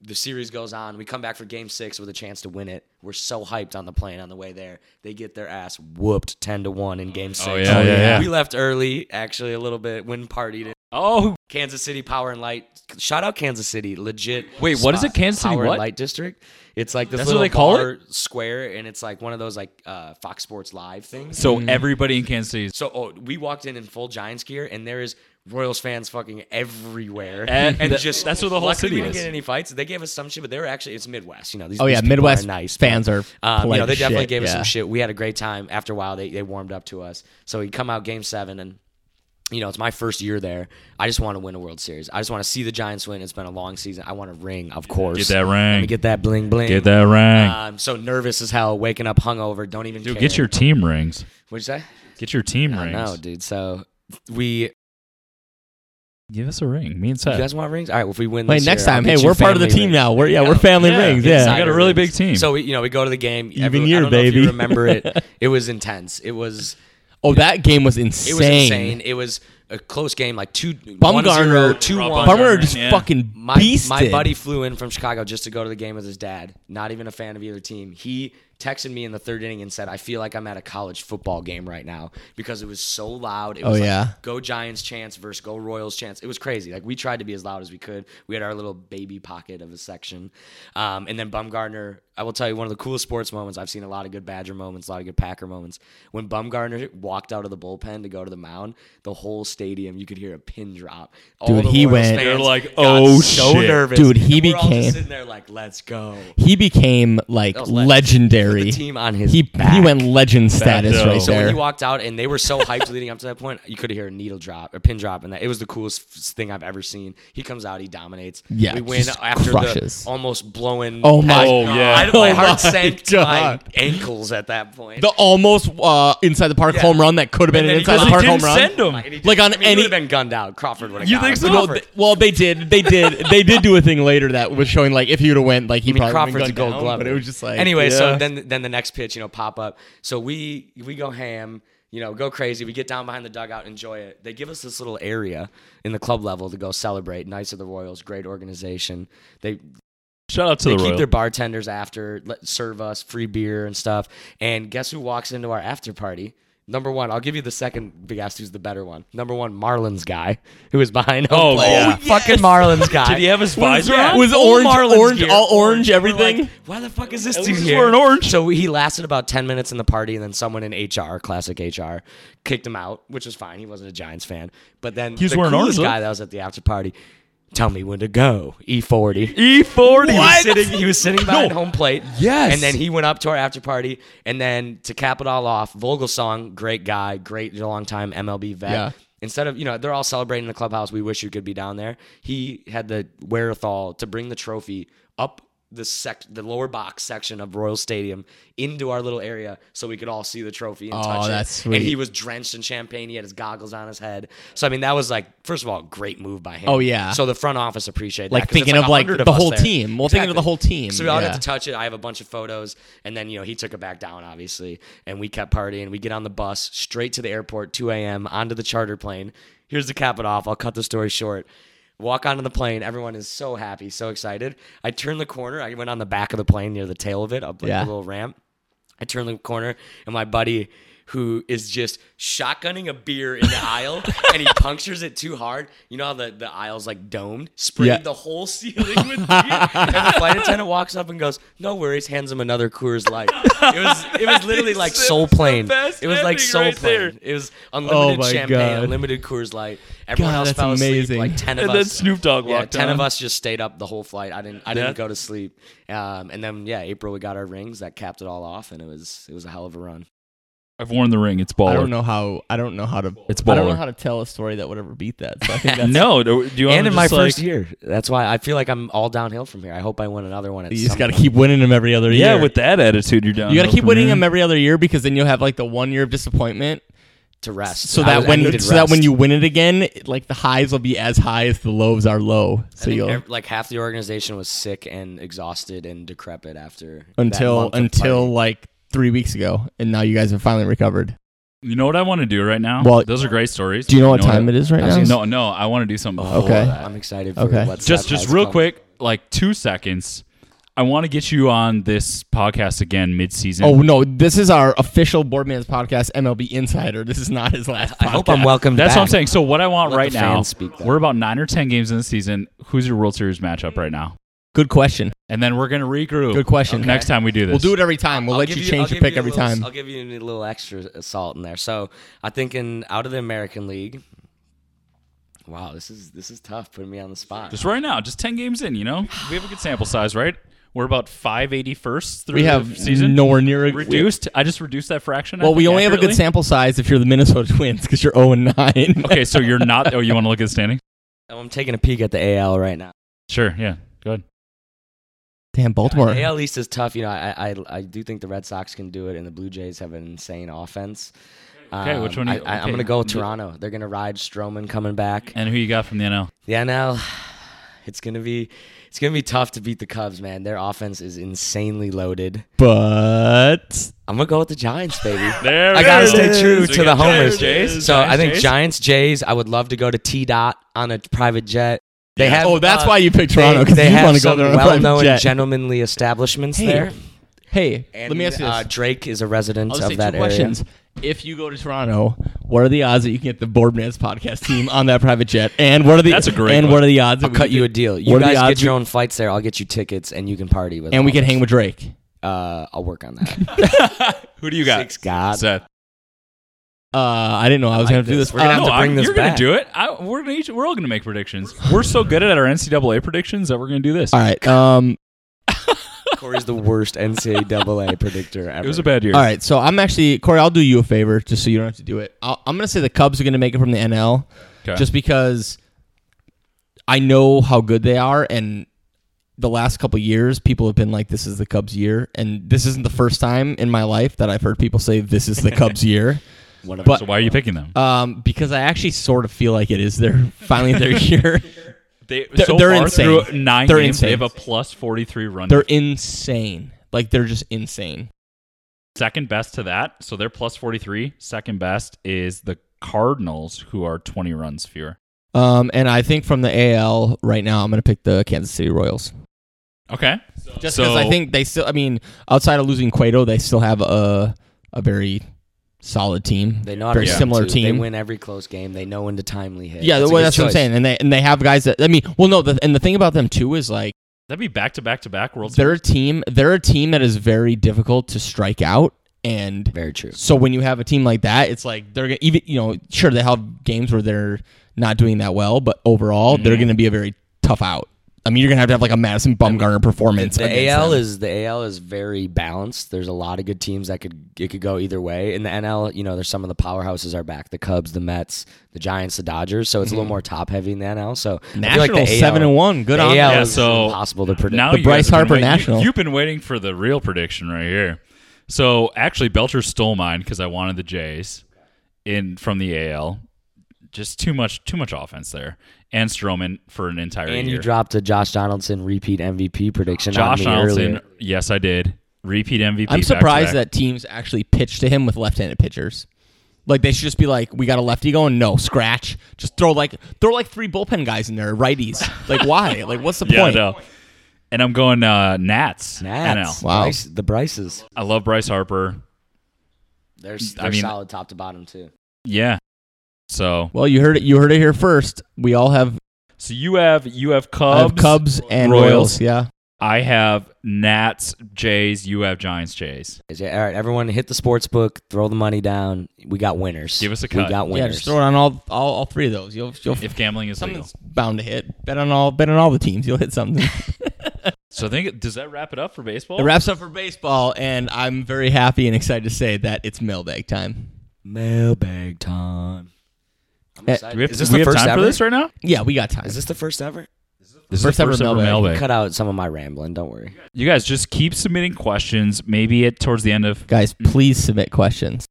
S6: The series goes on. We come back for game six with a chance to win it. We're so hyped on the plane on the way there. They get their ass whooped ten to one in game six.
S5: Oh, yeah, yeah, yeah.
S6: We left early, actually a little bit, when partied.
S5: Oh,
S6: Kansas City Power and Light. Shout out Kansas City, legit.
S5: Wait, what is
S6: spot.
S5: it? Kansas City
S6: Power and
S5: what?
S6: Light District. It's like this
S5: That's what
S6: little
S5: they call
S6: bar square, and it's like one of those like uh, Fox Sports Live things.
S5: so everybody in Kansas City.
S6: So oh, we walked in in full Giants gear, and there is Royals fans fucking everywhere,
S5: And th- that's where Eh, the whole
S6: luckily
S5: city
S6: we didn't
S5: is.
S6: get any fights. They gave us some shit, but they were actually it's Midwest, you know. These,
S4: Oh,
S6: these
S4: yeah,
S6: people
S4: Midwest
S6: are nice
S4: fans
S6: but,
S4: are
S6: um, you know
S4: polite
S6: they
S4: as
S6: definitely
S4: shit,
S6: gave us
S4: yeah.
S6: some shit. We had a great time. After a while, they they warmed up to us. So we come out game seven and you know, it's my first year there. I just want to win a World Series. I just want to see the Giants win. It's been a long season. I want a ring, of course.
S5: Get that ring.
S6: Let me get Ah, that bling bling.
S5: Get that ring.
S6: I'm so nervous as hell, waking up hungover. Don't even
S5: Dude,
S6: care.
S5: get your team rings.
S6: What'd you say?
S5: Get your team
S6: I
S5: rings.
S6: know, dude. So we.
S5: Give us a ring. Me and
S6: You
S5: Seth.
S6: guys want rings? All right. Well, if we win,
S4: Wait,
S6: this
S4: next
S6: year, I'll
S4: time,
S6: get
S4: hey,
S6: you
S4: we're part of the
S6: family
S4: team
S6: rings.
S4: now. We're yeah, we're family
S5: Yeah,
S4: rings.
S5: inside
S4: Yeah,
S5: You got a really big team.
S6: So we, you know, we go to the game.
S4: Even
S6: Everyone- I
S4: year,
S6: don't know if
S4: baby.
S6: you remember it? It was intense. It was.
S4: oh, that game was insane.
S6: It was insane. It was a close game, like two.
S4: Bumgarner,
S6: 2-1.
S4: Bumgarner just
S5: Yeah.
S4: fucking
S6: My,
S4: beasted.
S6: my buddy flew in from Chicago just to go to the game with his dad. Not even a fan of either team. He texted me in the third inning and said, "I feel like I'm at a college football game right now because it was so loud. It was like,
S4: Oh, yeah.
S6: go Giants chance versus go Royals chance. It was crazy. Like we tried to be as loud as we could. We had our little baby pocket of a section, um, and then Bumgarner. I will tell you one of the coolest sports moments. I've seen a lot of good Badger moments, a lot of good Packer moments. When Bumgarner walked out of the bullpen to go to the mound, the whole stadium you could hear a pin drop. All
S4: Dude,
S6: the
S4: he
S6: Royals
S4: went-
S6: fans
S5: They're like,
S6: got
S5: "Oh,
S6: so
S5: shit."
S6: nervous,
S4: Dude, he
S6: And we're all just
S4: became-
S6: sitting there like, "Let's go."
S4: he became like
S6: That was legend.
S4: legendary.
S6: Put the team on his
S4: he he
S6: back.
S4: went legend status
S5: though.
S4: right
S5: So
S6: So when
S4: there.
S6: he walked out, and they were so hyped leading up to that point, you could hear a needle drop, a pin drop, and that it was the coolest f- thing I've ever seen. He comes out, he dominates.
S4: Yeah,
S6: we win
S4: just
S6: after
S4: crushes.
S6: the almost blowing.
S4: Oh my-
S5: Oh, yeah.
S6: I, my
S4: Oh my
S6: heart sank to my
S4: God.
S6: ankles at that point.
S4: the almost uh, inside the park
S6: Yeah.
S4: home run that could have been
S6: And
S4: an
S6: then he
S4: inside the
S5: Because
S6: got-
S4: park
S5: they
S4: home
S5: didn't
S4: run.
S5: send them.
S6: And he-
S4: Like on
S6: I mean, he
S4: any-
S6: would have been gunned out. Crawford would have.
S5: You
S6: got
S5: think
S6: him.
S5: so?
S4: No,
S6: Crawford-
S4: th- well, they did. They did. They did do a thing later that was showing like if you'd have went, like he
S6: I mean,
S4: probably would've
S6: Crawford's
S4: been
S6: a Gold
S4: down,
S6: Glove.
S4: But it was just like
S6: anyway. So
S4: yeah.
S6: then, then the next pitch, you know, pop up. So we we go ham, you know, go crazy. We get down behind the dugout, enjoy it. They give us this little area in the club level to go celebrate. Knights of the Royals, great organization. They
S5: Shout out to
S6: they
S5: the
S6: keep
S5: Royals.
S6: their bartenders after, let, serve us free beer and stuff. And guess who walks into our after party? Number one, I'll give you the second big ass who's the better one. Number one, Marlins guy who is behind
S5: Oh,
S6: home. plate.
S5: yeah.
S6: fucking Marlins guy.
S5: Did he have his visor
S6: yeah.
S5: on?
S4: Was
S6: Full
S4: orange-
S6: Marlins
S4: orange-
S6: gear.
S4: all orange,
S6: We're
S4: everything?
S6: like, Why the fuck is this dude
S5: least he's
S6: here?
S5: wearing orange.
S6: So he lasted about ten minutes in the party, and then someone in HR, classic HR, kicked him out, which was fine. He wasn't a Giants fan, but then
S5: was
S6: the
S5: wearing orange,
S6: coolest
S5: though.
S6: guy that was at the after party. Tell me when to go. E forty.
S5: E40.
S6: He was sitting. He was sitting behind home plate.
S5: Yes.
S6: And then he went up to our after party. And then to cap it all off, Vogelsong, great guy, great long time MLB vet.
S4: Yeah.
S6: Instead of you know they're all celebrating in the clubhouse, we wish you could be down there. He had the wherewithal to bring the trophy up the sec the lower box section of Royal Stadium into our little area so we could all see the trophy and
S4: Oh,
S6: touch it.
S4: that's
S6: And
S4: sweet.
S6: he was drenched in champagne. He had his goggles on his head. So I mean that was like first of all great move by him.
S4: Oh, yeah.
S6: So the front office appreciated
S4: Like
S6: that, 'cause it's
S4: thinking of, like,
S6: 100
S4: the
S6: us
S4: whole
S6: there.
S4: team. Well, thinking of the whole team,
S6: So we all
S4: yeah.
S6: got to touch it. I have a bunch of photos, and then you know he took it back down, obviously, and we kept partying. We get on the bus straight to the airport, 2 a.m. onto the charter plane. Here's the cap it off. I'll cut the story short. Walk onto the plane. Everyone is so happy, so excited. I turned the corner. I went on the back of the plane near the tail of it, up like
S4: Yeah.
S6: a little ramp. I turn the corner, and my buddy, who is just shotgunning a beer in the aisle, and he punctures it too hard. You know how the, the aisle's like domed? Sprayed
S4: Yeah.
S6: the whole ceiling with beer. and the flight attendant walks up and goes, "No worries." Hands him another Coors Light. It was it was literally like
S5: That's
S6: Soul
S5: the
S6: Plane.
S5: best
S6: It was like
S5: ending
S6: Soul
S5: right there.
S6: Plane. It was unlimited
S4: my
S6: champagne,
S4: God.
S6: unlimited Coors Light. Everyone
S4: God,
S6: else
S4: that's
S6: fell asleep.
S4: amazing.
S6: Like ten of
S5: And
S6: us.
S5: then Snoop Dogg
S6: Yeah,
S5: walked
S6: ten
S5: on.
S6: of us just stayed up the whole flight. I didn't. I
S5: That-
S6: didn't go to sleep. Um, and then yeah, April we got our rings. That capped it all off, and it was it was a hell of a run.
S5: I've worn the ring. It's baller.
S4: I don't know how. I don't know how to.
S5: It's
S4: I don't know
S5: baller.
S4: how to tell a story that would ever beat that. So I think that's,
S5: No, do, do you want
S6: and
S5: to
S6: in my
S5: just, like,
S6: first year, that's why I feel like I'm all downhill from here. I hope I win another one. At
S4: you just
S6: some
S4: got to
S6: point.
S4: keep winning them every other year.
S5: Yeah, with that attitude, you're down.
S4: you got to
S5: though
S4: keep
S5: from
S4: winning
S5: here.
S4: them every other year because then you'll have like the one year of disappointment.
S6: to rest.
S4: So
S6: I
S4: that
S6: was- I
S4: when so
S6: needed
S4: that when
S6: rest.
S4: you win it again, it- like the highs will be as high as the lows are low. So
S6: I think
S4: you'll
S6: ev- like half the organization was sick and exhausted and decrepit after that
S4: until
S6: month of
S4: until
S6: partying.
S4: like three weeks ago, and now you guys have finally recovered.
S5: You know what I want to do right now?
S4: Well-
S5: those are great stories.
S4: Do you know what time it is right now? Oh,
S5: No, no, I want to do something. before
S4: Okay.
S5: that.
S6: Oh, I'm excited for
S4: Okay.
S6: what's
S5: Just, just real quick, like two seconds. I want to get you on this podcast again mid-season.
S4: Oh no! This is our official Boardman's podcast, MLB Insider. This is not his last.
S6: I
S4: podcast.
S6: hope I'm welcome.
S5: That's what I'm
S6: back.
S5: saying. So what I want
S6: Let
S5: right
S6: the
S5: now,
S6: fans speak that.
S5: we're about nine or ten games in the season. Who's your World Series matchup right now?
S4: Good question.
S5: And then we're gonna regroup.
S4: Good question.
S5: Next time we do this,
S4: We'll do it every time. We'll
S6: I'll
S4: let
S6: give
S4: you
S6: I'll
S4: change your
S6: give
S4: pick
S6: a
S4: every
S6: little-
S4: time.
S6: I'll give you a little extra salt in there. So I think in out of the American League. Wow, this is this is tough. Putting me on the spot.
S5: Just right now, just ten games in. You know, we have a good sample size, right? We're about five eighty first through
S4: We
S5: the
S4: have
S5: season.
S4: nowhere near a
S5: reduced. I just reduced that fraction. I
S4: Well, we
S5: think,
S4: only have a good
S5: accurately.
S4: sample size if you're the Minnesota Twins because you're zero and nine.
S5: Okay, so you're not. Oh, you want to look at the standing?
S6: I'm taking a peek at the AL right now.
S5: Sure. Yeah. Go ahead.
S4: Damn, Baltimore.
S6: The AL East is tough. You know, I, I I do think the Red Sox can do it, and the Blue Jays have an insane offense. Um,
S5: Okay, which one
S6: I,
S5: you-
S6: I,
S5: okay.
S6: I'm going to go with Toronto. They're going to ride Stroman coming back.
S5: And who you got from the NL?
S6: The NL, it's going to be it's going to be tough to beat the Cubs, man. Their offense is insanely loaded.
S4: But
S6: I'm gonna go with the Giants, baby.
S5: There
S6: I
S5: it
S6: gotta
S5: is.
S6: stay true
S5: We
S6: to the
S5: got Giants,
S6: homers.
S5: Jays,
S6: so
S5: Giants,
S6: I think
S5: Jays.
S6: Giants, Jays. I would love to go to T Dot on a private jet. They have.
S4: oh, that's
S6: uh,
S4: why you picked
S6: they-
S4: Toronto because
S6: they
S4: you
S6: have
S4: want to go
S6: some
S4: there. on a private
S6: well-known
S4: jet.
S6: gentlemanly establishments
S4: Hey,
S6: there.
S4: Hey,
S6: And,
S4: let me ask you this.
S6: Uh, Drake is a resident
S4: I'll just
S6: of
S4: say
S6: that
S4: two
S6: area.
S4: questions. If you go to Toronto, what are the odds that you can get the Boardman's podcast team on that private jet? And what are the
S5: That's a great
S4: and
S5: one.
S4: what are the odds?
S6: I'll
S4: that we
S6: cut
S4: could-
S6: you a deal.
S4: what
S6: You
S4: are the
S6: guys
S4: odds
S6: get your
S4: we-
S6: own flights there. I'll get you tickets, and you can party with.
S4: and we
S6: all
S4: can
S6: of
S4: hang
S6: us.
S4: with Drake.
S6: Uh, I'll work on that.
S5: Who do you got?
S6: Six God.
S5: Seth.
S4: Uh, I didn't know I was
S6: like
S4: going to do
S6: this.
S4: this.
S6: We're gonna
S4: Um,
S6: have to
S5: I-
S6: bring this
S5: you're
S6: back.
S5: gonna do it. I, we're gonna each, we're all gonna make predictions. We're so good at our NCAA predictions that we're gonna do this.
S4: all right. Um,
S6: Corey's the worst NCAA predictor ever.
S5: It was a bad year.
S4: All right, so I'm actually Corey. I'll do you a favor, just so you don't have to do it. I'll, I'm going to say the Cubs are going to make it from the NL,
S5: Okay.
S4: just because I know how good they are, and the last couple years, people have been like, "This is the Cubs' year," and this isn't the first time in my life that I've heard people say, "This is the Cubs' year."
S6: One of
S4: But
S5: So why are you picking them?
S4: um, because I actually sort of feel like it is their finally their year.
S5: They,
S4: They're-
S5: so
S4: they're
S5: far
S4: insane.
S5: through 9
S4: They're
S5: games, they
S4: insane.
S5: have a plus forty three run.
S4: They're insane. Like they're just insane.
S5: second best to that. So they're plus 43. Second best is the Cardinals, who are 20 runs fewer.
S4: Um, and I think from the AL right now, I'm going to pick the Kansas City Royals.
S5: Okay.
S4: Just
S5: So-
S4: because I think they still, I mean, outside of losing Cueto, they still have a a very solid team.
S6: They know how to
S4: very
S6: win,
S4: similar
S6: too.
S4: team.
S6: They win every close game. They know when to timely hit.
S4: yeah, that's,
S6: that's, a
S4: well,
S6: good
S4: that's what I'm
S6: choice.
S4: saying. And they and they have guys that I mean, well, no, the, and the thing about them too is like
S5: That'd be back to back to back World
S4: they're a team. They're a team that is very difficult to strike out, and
S6: Very true.
S4: so when you have a team like that, it's like they're gonna even you know sure they have games where they're not doing that well, but overall they're
S6: Mm-hmm.
S4: going to be a very tough out. I mean, you're going to have to have like a Madison Bumgarner performance.
S6: The
S4: against
S6: AL
S4: them.
S6: is the AL is very balanced. There's a lot of good teams that could it could go either way. In the NL, you know, there's some of the powerhouses are back: the Cubs, the Mets, the Giants, the Dodgers. So it's a
S5: Mm-hmm.
S6: little more top heavy in the NL. So I feel like
S4: Nationals
S6: the AL
S4: seven and one. Good
S6: The
S4: on
S6: AL
S5: Yeah,
S6: is
S5: so
S6: impossible to predict.
S5: Now
S4: the
S5: you guys
S4: Bryce
S5: have been
S4: Harper
S5: wait- you-
S4: National.
S5: you've been waiting for the real prediction right here. So actually, Belcher stole mine because I wanted the Jays in from the AL. Just too much, too much offense there, and Stroman for an entire
S6: and
S5: year.
S6: you dropped a Josh Donaldson repeat MVP prediction
S5: Josh
S6: on me
S5: Donaldson.
S6: earlier.
S5: Yes, I did. Repeat MVP.
S4: I'm
S5: back-to-back.
S4: surprised that teams actually pitch to him with left-handed pitchers. Like they should just be like, we got a lefty going. No scratch. Just throw like throw like three bullpen guys in there, righties. Like why? Like what's the
S5: Yeah, I
S4: point?
S5: know. And I'm going uh, Nats.
S6: Nats,
S5: NL.
S4: Wow.
S6: Bryce- the Bryces.
S5: I love Bryce Harper.
S6: They're,
S5: I
S6: they're
S5: mean-
S6: solid top to bottom too.
S5: Yeah. So
S4: Well, you heard it. You heard it here first. We all have
S5: so you have you have
S4: I
S5: Cubs,
S4: have Cubs and
S5: Royals.
S4: Royals. Yeah.
S5: I have Nats, Jays. You have Giants, Jays.
S6: Is it- All right, everyone, hit the sports book. Throw the money down. We got winners.
S5: Give us a cut.
S6: We got
S4: Yeah.
S6: winners.
S4: Just throw it on all, all all three of those. You'll you'll
S5: If gambling is legal.
S4: something's bound to hit. Bet on all bet on all the teams. You'll hit something.
S5: So I think does that wrap it up for baseball?
S4: it wraps up for baseball, and I'm very happy and excited to say that it's mailbag time.
S6: Mailbag time. I'm
S4: Eh,
S5: Do we have,
S6: Is this
S5: do we
S6: the
S5: have
S6: first
S5: time
S6: ever?
S5: for this right now?
S4: Yeah, we got time.
S6: Is this the first ever?
S5: This
S4: First ever mailbag.
S6: Cut out some of my rambling. Don't worry.
S5: You guys just keep submitting questions. Maybe it towards the end of
S4: Guys, please submit questions.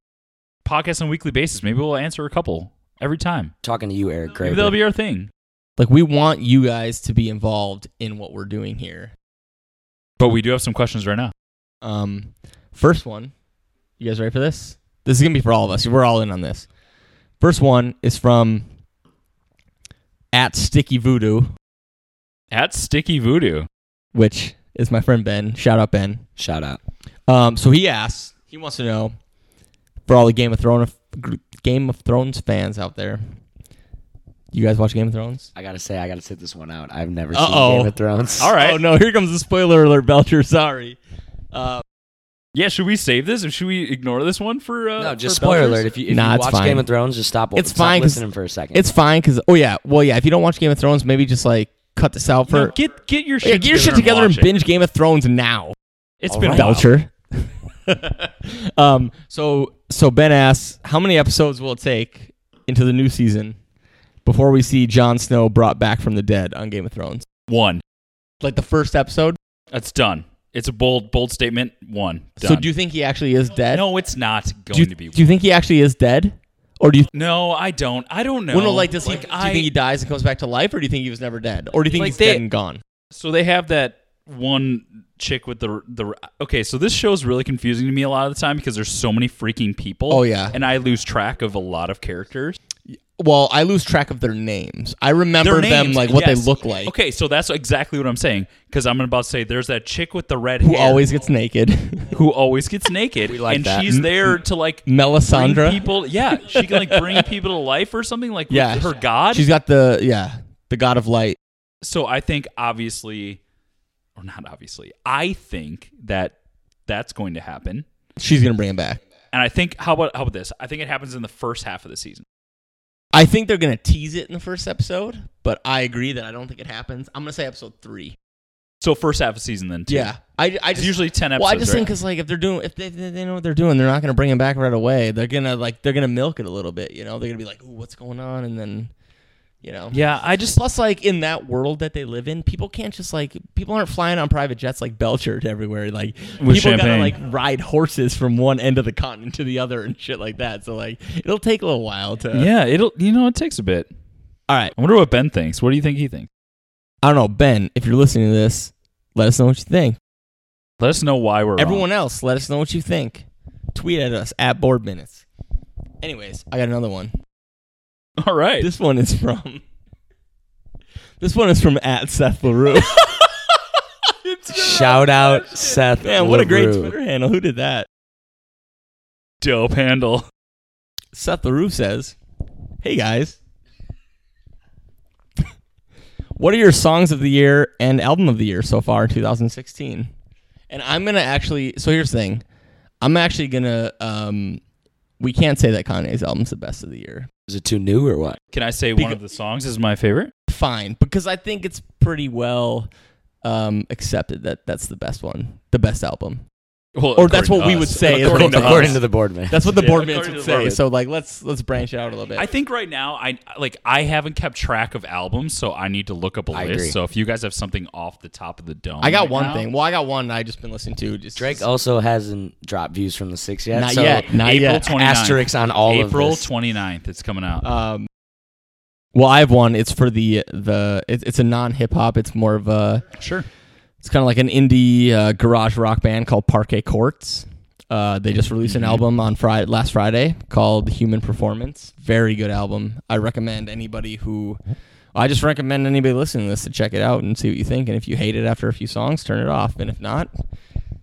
S5: podcast on a weekly basis. Maybe we'll answer a couple every time.
S6: Talking to you, Eric
S5: Maybe that'll
S6: Graber.
S5: be our thing.
S4: Like we want you guys to be involved in what we're doing here.
S5: But we do have some questions right now.
S4: Um, first one, you guys ready for this? This is gonna be for all of us. We're all in on this. First one is from at Sticky Voodoo,
S5: At Sticky Voodoo.
S4: which is my friend Ben. Shout out Ben.
S6: Shout out.
S4: Um, so he asks, he wants to know for all the Game of Thrones Game of Thrones fans out there. You guys watch Game of Thrones?
S6: I gotta say, I gotta sit this one out. I've never
S4: Uh-oh.
S6: seen Game of Thrones.
S5: All right.
S4: Oh no! Here comes the spoiler alert, Belcher. Sorry. Uh,
S5: Yeah, should we save this or should we ignore this one for uh
S6: No, just
S5: for
S6: spoiler
S5: Belchers?
S6: alert. If you, if
S4: Nah,
S6: you
S4: it's
S6: watch
S4: fine.
S6: Game of Thrones, just stop.
S4: It's
S6: stop
S4: fine 'cause
S6: Listening for a second.
S4: it's fine because oh yeah, well yeah. If you don't watch Game of Thrones, maybe just like cut this out for
S5: No, get get your shit
S4: Yeah, get your shit together and binge Game of Thrones now.
S5: It's
S6: All
S5: been
S6: right.
S5: a while.
S4: Belcher. um, so so Ben asks, how many episodes will it take into the new season before we see Jon Snow brought back from the dead on Game of Thrones?
S5: One.
S4: Like the first episode.
S5: That's done. It's a bold bold statement. One. Done.
S4: So do you think he actually is dead?
S5: No, it's not going
S4: Do you,
S5: to be.
S4: do you think he actually is dead, or do you?
S5: no, I don't. I don't know.
S4: Well, no, like does he? do you
S5: I-
S4: think he dies and comes back to life, or do you think he was never dead, or do you think
S5: Like,
S4: he's
S5: they-
S4: dead and gone?
S5: So they have that one chick with the the okay. So this show's really confusing to me a lot of the time because there's so many freaking people.
S4: Oh, yeah.
S5: and I lose track of a lot of characters.
S4: Well, I lose track of their names. I remember
S5: Their
S4: them
S5: names,
S4: like what
S5: yes.
S4: they look like.
S5: Okay, so that's exactly what I'm saying because I'm about to say there's that chick with the red
S4: Who
S5: hair
S4: always gets naked?
S5: who always gets naked.
S6: like
S5: and
S6: that.
S5: she's there to like bring
S4: Melisandre.
S5: people. Yeah, she can like bring people to life or something like
S4: yeah,
S5: with her god.
S4: She's got the yeah, the god of light.
S5: so I think obviously, or not obviously, I think that that's going to happen.
S4: She's gonna bring him back.
S5: And I think how about how about this? I think it happens in the first half of the season.
S4: I think they're gonna tease it in the first episode, but I agree that I don't think it happens. I'm gonna say episode three.
S5: So first half of season then. Two.
S4: Yeah, I, I
S5: It's
S4: just,
S5: usually 10
S4: Well, I
S5: episodes,
S4: just think
S5: right?
S4: because like if they're doing if they, they they know what they're doing, they're not gonna bring him back right away. They're gonna like they're gonna milk it a little bit. You know, they're gonna be like, "Ooh, what's going on?" And then, you know,
S5: Yeah, I just
S4: Plus, like in that world that they live in, people can't just like people aren't flying on private jets like Belcher to everywhere. Like
S5: With
S4: people gotta
S5: champagne.
S4: like ride horses from one end of the continent to the other and shit like that. So like it'll take a little while to.
S5: Yeah, it'll you know, it takes a bit.
S4: All right.
S5: I wonder what Ben thinks. What do you think he thinks?
S4: I don't know, Ben. If you're listening to this, let us know what you think.
S5: Let us know why we're
S4: Everyone else, let us know what you think. Tweet at us at Board Minutes. Anyways, I got another one.
S5: wrong. All right.
S4: This one is from. This one is from at Seth Larue.
S6: Shout out Seth.
S4: Man, what a great
S6: LaRue.
S4: Twitter handle. Who did that?
S5: dope handle.
S4: Seth LaRue says, Hey guys. what are your songs of the year and album of the year so far in 2016? And I'm going to actually, so here's the thing. I'm actually going to, um, we can't say that Kanye's album's the best of the year.
S6: Is it too new or what?
S5: Can I say one
S4: Beca-
S5: of the songs is my favorite?
S4: Fine, because I think it's pretty well um, accepted that that's the best one, the best album.
S5: Well,
S4: Or that's
S5: according
S4: what we
S5: to
S4: would
S5: us.
S4: say is
S5: According
S4: what
S5: to
S4: the-
S5: us.
S6: According to the board man.
S4: That's what the
S5: Yeah,
S4: board minutes
S5: according
S4: would
S5: to the
S4: say.
S5: board.
S4: So like, let's let's branch out a little bit.
S5: I think right now I like I haven't kept track of albums, so I need to look up a
S6: I
S5: list.
S6: agree.
S5: So if you guys have something off the top of the dome,
S4: I got
S5: right
S4: one
S5: now-
S4: thing. Well, I got one. I just been listening to just
S6: Drake oh. also hasn't dropped views from the six yet.
S4: Not
S6: so
S4: yet. Not
S5: April
S4: yet.
S5: 29th.
S6: Asterisks on all of
S5: April
S6: this.
S5: 29th. It's coming out.
S4: Um, well, I have one. It's for the the. It, it's a non hip hop. It's more of a.
S5: sure.
S4: It's kind of like an indie uh, garage rock band called Parquet Courts. Uh, they just released an album on Friday last Friday called Human Performance. Very good album. I recommend anybody who. I just recommend anybody listening to this to check it out and see what you think. And if you hate it after a few songs, turn it off. And if not,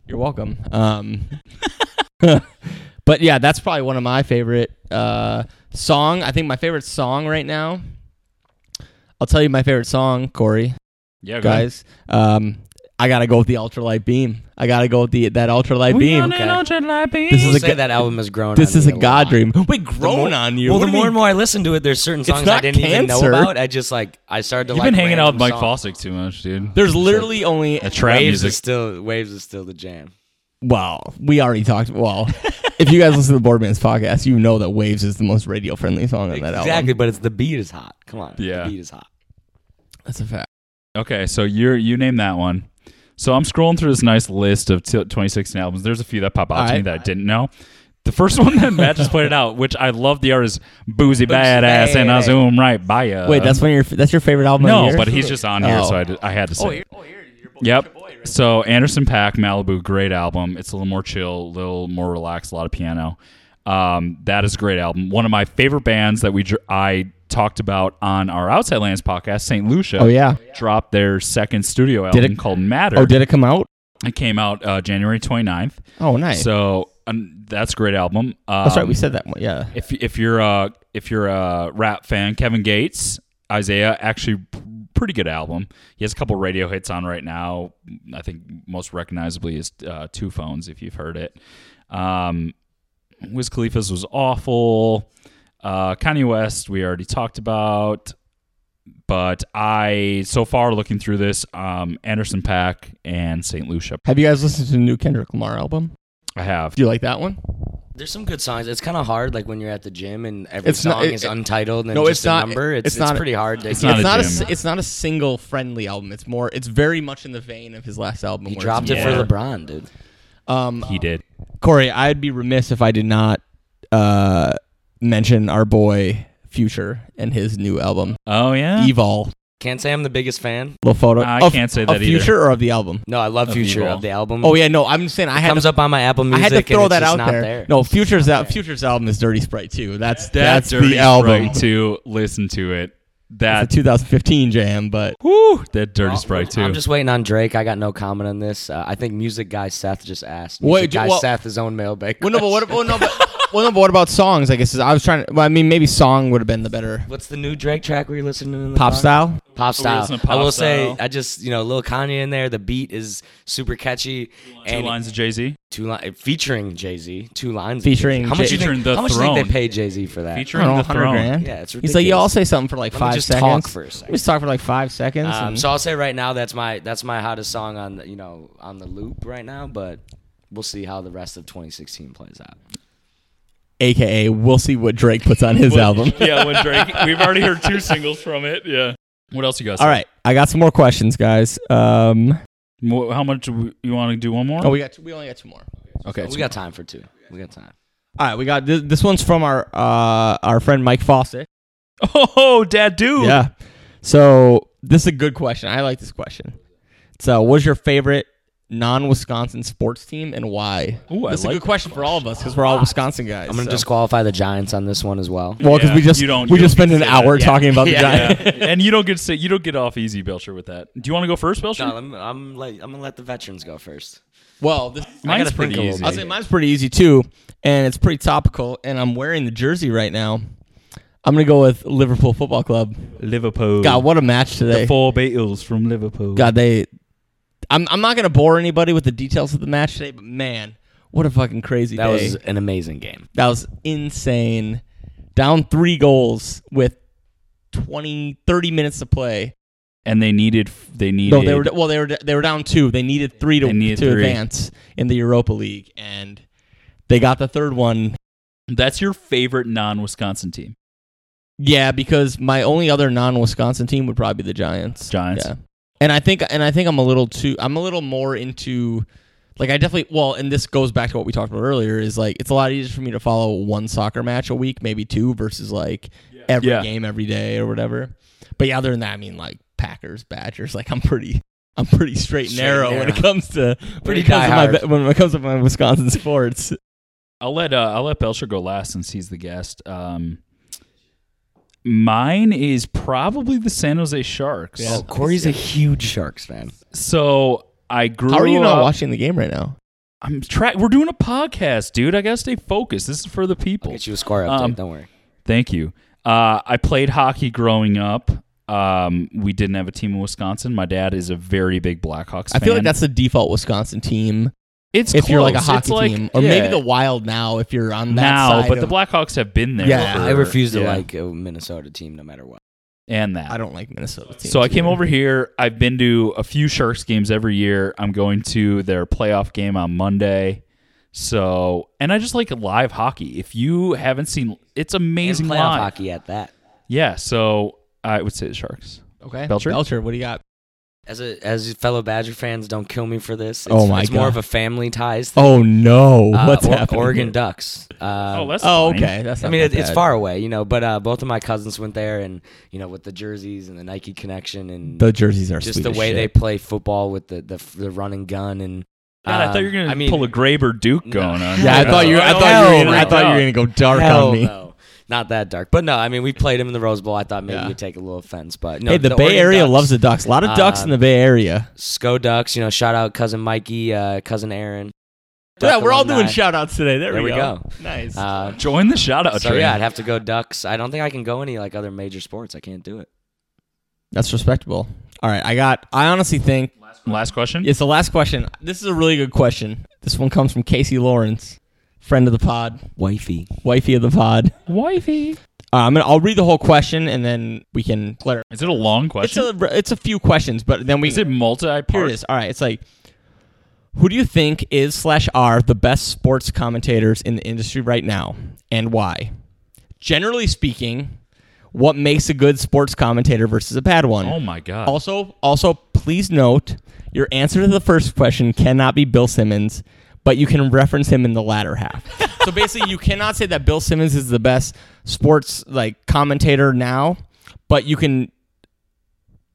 S4: you're welcome. Um, but yeah, that's probably one of my favorite uh, song. I think my favorite song right now. I'll tell you my favorite song, Corey
S5: Yeah, go ahead.
S4: guys. Um, I gotta go with the ultralight beam. I gotta go with the that ultralight
S5: We
S4: beam.
S5: on an ultralight beam.
S4: This
S6: We'll
S4: is a
S6: say
S4: go-
S6: that album has grown.
S4: This
S6: on
S4: is
S6: me
S4: a god
S6: lot.
S4: dream. Wait,
S6: The
S4: grown
S6: more-
S4: on you.
S6: Well,
S4: What
S6: the
S4: do you
S6: more
S4: mean?
S6: and more I listened to it, there's certain songs I
S4: not
S6: didn't even know
S4: cancer.
S6: about. I just like I started. To
S5: You've
S6: like
S5: been hanging out
S6: random
S5: with Mike
S6: songs.
S5: Fosdick too much, dude.
S4: There's literally only
S5: That trap
S6: Waves
S5: music.
S6: is still waves is still the jam.
S4: well, we already talked. Well, if you guys listen to the Boardman's podcast, you know that Waves is the most radio friendly song on that
S6: Exactly,
S4: album.
S6: but it's the beat is hot. Come on,
S5: Yeah.
S6: the beat is hot.
S4: That's a fact.
S5: Okay, so you're you name that one. So I'm scrolling through this nice list of t- 2016 albums. There's a few that pop out to me
S4: Alright.
S5: that I didn't know. The first one that Matt just pointed out, which I love the artist Boozy Badass, and I zoom right by ya.
S4: Wait, that's one of your that's your favorite album. of the
S5: no,
S4: year?
S5: but he's just on here,
S4: Oh.
S5: so I, did- I had to say. it. Yep. So Anderson Pack, Malibu, great album. It's a little more chill, a little more relaxed, a lot of piano. Um, that is a great album. One of my favorite bands that we dr- I talked about on our Outside Lands podcast, St. Lucia.
S4: Oh, yeah.
S5: dropped their second studio album
S4: it-
S5: called Matter.
S4: Oh, did it come out?
S5: It came out uh, January 29th.
S4: Oh, nice.
S5: So um, that's a great album. Um,
S4: That's right. We said that one. Yeah.
S5: if if you're a if you're a rap fan, Kevin Gates, Isaiah, actually p- pretty good album. He has a couple radio hits on right now. I think most recognizably is uh, Two Phones, if you've heard it. Um, Wiz Khalifa's was awful. Uh, Kanye West, we already talked about. But I, so far looking through this, um, Anderson Pack and St. Lucia,
S4: Have you guys listened to the new Kendrick Lamar album?
S5: I have.
S4: Do you like that one?
S6: There's some good songs. It's kind of hard, like when you're at the gym and every
S4: It's not-
S6: song is
S4: it- it-
S6: untitled and
S4: No,
S6: just
S4: it's not-
S6: a number. It's,
S4: it's
S6: it's,
S4: not-
S6: pretty hard. To
S5: it's
S6: get-
S5: not
S4: it's not a
S5: gym.
S4: s- it's not a single friendly album. It's more. It's very much in the vein of his last album.
S6: he
S4: where
S6: dropped it
S4: it's
S6: for
S4: more-
S6: LeBron, dude.
S4: Um,
S5: He did.
S4: Corey, I'd be remiss if I did not uh, mention our boy Future and his new album
S5: Oh, yeah.
S4: Evol.
S6: Can't say I'm the biggest fan.
S4: Little photo.
S5: I
S4: of-
S5: can't say
S4: of
S5: that either.
S4: Future or of the album.
S6: No, I love
S5: Of
S6: Future
S5: Evil.
S6: of the album.
S4: Oh yeah, no. I'm just saying I had
S6: comes
S4: to,
S6: up on my Apple
S4: I had
S6: Music.
S4: to throw
S6: and it's
S4: that
S6: just
S4: out
S6: not
S4: there.
S6: there.
S4: No, Future's out. Future's album is Dirty Sprite too. That's that's,
S5: Dirty
S4: the album.
S5: Sprite too. Listen to it. That
S4: It's a 2015 jam, but
S5: whew, that dirty sprite too.
S6: I'm just waiting on Drake. I got no comment on this. Uh, I think music guy Seth just asked.
S4: Wait,
S6: Music
S4: do-
S6: guy
S4: well-
S6: Seth his own mailbag.
S4: well, no, but what? Well,
S6: question.
S4: no, but, well, no, but what about songs? I guess I was trying. to well, I mean, maybe song would have been the better
S6: What's the new Drake track we were listening to? In the
S4: pop
S6: car?
S4: style.
S6: Pop style.
S5: listening to
S6: I
S5: Pop
S6: will
S5: Style.
S6: say, I just you know, little Kanye in there. The beat is super catchy.
S5: two
S6: and
S5: lines of Jay Z,
S6: two li- eh, featuring Jay Z. Two lines. of
S4: Featuring
S6: Jay-Z. How much
S4: Jay-
S6: you
S5: Featuring
S6: think?
S5: the
S6: how much you think
S5: throne.
S6: they paid Jay Z for that?
S4: I
S5: featuring
S4: don't know,
S5: the
S4: 100
S5: throne.
S4: grand.
S6: Yeah, it's
S4: He's like, yo,
S6: ridiculous.
S4: I'll say something for like
S6: Let me
S4: five
S6: just
S4: seconds.
S6: talk for a second.
S4: Let me just talk for like five seconds.
S6: Um,
S4: and-
S6: so I'll say right now that's my that's my hottest song on the, you know on the loop right now. But we'll see how the rest of 2016 plays out.
S4: AKA, we'll see what Drake puts on his album.
S5: yeah, when Drake. We've already heard two singles from it. Yeah. What else you got?
S4: All right, I got some more questions, guys. Um,
S5: Mo- How much do we- you want to do? One more?
S4: oh, we got we only got two more.
S5: okay.
S6: We got time for two. We got time.
S4: All right, we got this, this one's from our uh, our friend Mike Fawcett.
S5: Oh, dad, dude.
S4: Yeah. So this is a good question. I like this question. So, what's your favorite non-Wisconsin sports team and why?
S5: Ooh, I
S4: this is
S5: like
S4: a good question for all of us because we're all Wisconsin guys.
S6: I'm gonna
S4: so.
S6: disqualify the Giants on this one as well.
S4: well because
S5: Yeah,
S4: we just
S5: you don't-
S4: we
S5: you
S4: just
S5: don't
S4: spent an
S5: consider that.
S4: hour
S5: Yeah.
S4: talking about the
S6: Yeah.
S4: Giants.
S5: Yeah. and you don't get to, you don't get off easy, Belcher, with that. Do you want to go first, Belcher?
S6: No, I'm I'm, like, I'm gonna let the veterans go first.
S4: Well, this,
S5: Mine's
S6: gotta think
S5: pretty
S6: a little
S5: easy.
S4: I'll say mine's pretty easy too, and it's pretty topical. And I'm wearing the jersey right now. I'm gonna go with Liverpool Football Club.
S5: Liverpool.
S4: God, what a match today!
S5: four Beatles from Liverpool.
S4: God, they. I'm I'm not gonna bore anybody with the details of the match today, but man, what a fucking crazy
S6: That
S4: day!
S6: was an amazing game.
S4: that was insane. Down three goals with 20, 30 minutes to play.
S5: And they needed. They needed.
S4: No, they were well, they were they were down two. They needed three to
S5: They needed
S4: to
S5: three.
S4: advance in the Europa League, and they got the third one
S5: That's your favorite non-Wisconsin team.
S4: Yeah, because my only other non-Wisconsin team would probably be the Giants.
S5: Giants.
S4: Yeah. And I think and I think I'm a little too I'm a little more into like I definitely well, and this goes back to what we talked about earlier is like it's a lot easier for me to follow one soccer match a week, maybe two versus like every
S5: Yeah.
S4: game every day or whatever. But yeah, other than that, I mean like Packers, Badgers, like I'm pretty I'm pretty straight, and
S6: Straight
S4: narrow, when it
S6: narrow.
S4: comes to when
S6: Pretty
S4: it comes to my
S6: diehard.
S4: ba- when it comes to my Wisconsin sports.
S5: I'll let uh, I'll let Belcher go last since he's the guest. Um, mine is probably the San Jose Sharks.
S4: Yeah.
S6: Oh, Corey's a huge Sharks fan.
S5: So I grew.
S4: How are you
S5: up,
S4: not watching the game right now?
S5: I'm tra- We're doing a podcast, dude. I gotta stay focused. This is for the people.
S6: I'll get you a score update.
S5: Um,
S6: don't worry.
S5: Thank you. Uh, I played hockey growing up. Um, we didn't have a team in Wisconsin. My dad is a very big Blackhawks.
S4: I feel
S5: fan.
S4: like that's the default Wisconsin team.
S5: it's
S4: if you're like a
S5: close.
S4: hockey
S5: It's like-
S4: team, or
S5: yeah.
S4: maybe the Wild now if you're on that
S5: now,
S4: side.
S5: but the
S4: of-
S5: Blackhawks have been there.
S4: Yeah,
S5: for-
S6: I refuse to
S5: yeah,
S6: like a Minnesota team no matter what.
S5: and that.
S4: I don't like Minnesota. Teams
S5: So I came
S4: either.
S5: over here. I've been to a few Sharks games every year. I'm going to their playoff game on Monday. So, and I just like live hockey. If you haven't seen, it's
S6: And
S5: amazing
S6: playoff
S5: live.
S6: hockey at that.
S5: Yeah. So I would say the Sharks.
S4: Okay,
S5: Belcher?
S4: Belcher, what do you got?
S6: As a as you fellow Badger fans, don't kill me for this. It's,
S4: Oh my
S6: it's more
S4: God.
S6: of a family ties. Thing.
S4: Oh no,
S6: Uh,
S4: what's
S6: Or-
S4: happening?
S6: Oregon
S4: here?
S6: Ducks. Uh,
S5: oh, that's
S4: Oh,
S5: fine.
S4: okay. That's
S6: I
S4: not
S6: mean,
S4: that
S6: it, it's
S4: bad.
S6: far away, you know. But uh, both of my cousins went there, and you know, with the jerseys and the Nike connection, and
S4: The jerseys are
S6: just
S4: sweet
S6: the
S4: as
S6: way they
S4: shit.
S6: play football with the the, the run and gun, and
S5: God, I thought you were
S4: Um,
S5: gonna
S6: I mean-
S5: pull a Graber Duke going on. Oh,
S4: Yeah, I thought you. I thought you. Were gonna, I thought you were gonna go dark
S6: Hell
S4: on me.
S6: no. Not that dark, but no. I mean, we played him in the Rose Bowl. I thought maybe
S4: Yeah.
S6: you'd take a little offense, but no.
S4: Hey, the, Bay
S6: Oregon
S4: Area
S6: Ducks- Uh,
S4: loves the Ducks. A lot of Ducks in the Bay Area.
S6: Sco Ducks. You know, shout out cousin Mikey, uh, cousin Aaron.
S4: Yeah,
S6: Duck
S4: we're all doing
S6: alumni.
S4: shout outs today. There,
S6: There
S4: we
S6: we
S4: go.
S6: go.
S4: Nice.
S6: Uh,
S5: Join the shout out
S6: so
S5: train.
S6: yeah, I'd have to go Ducks. I don't think I can go any like other major sports. I can't do it.
S4: That's respectable. All right, I got. I honestly think
S5: Last question.
S4: it's the last question. This is a really good question. This one comes from Casey Lawrence, friend of the pod,
S6: Wifey.
S4: wifey of the pod.
S5: Wifey.
S4: Uh, I'm gonna. I'll read the whole question and then we can clarify.
S5: Is it a long
S4: It's
S5: question?
S4: a. It's a few questions, but then we.
S5: is it multi
S4: Here it
S5: part?
S4: is. All right. It's like, who do you think is slash are the best sports commentators in the industry right now, and why? Generally speaking, what makes a good sports commentator versus a bad one?
S5: Oh my god.
S4: Also, also, please note your answer to the first question cannot be Bill Simmons, but you can reference him in the latter half. so basically, you cannot say that Bill Simmons is the best sports like commentator now, but you can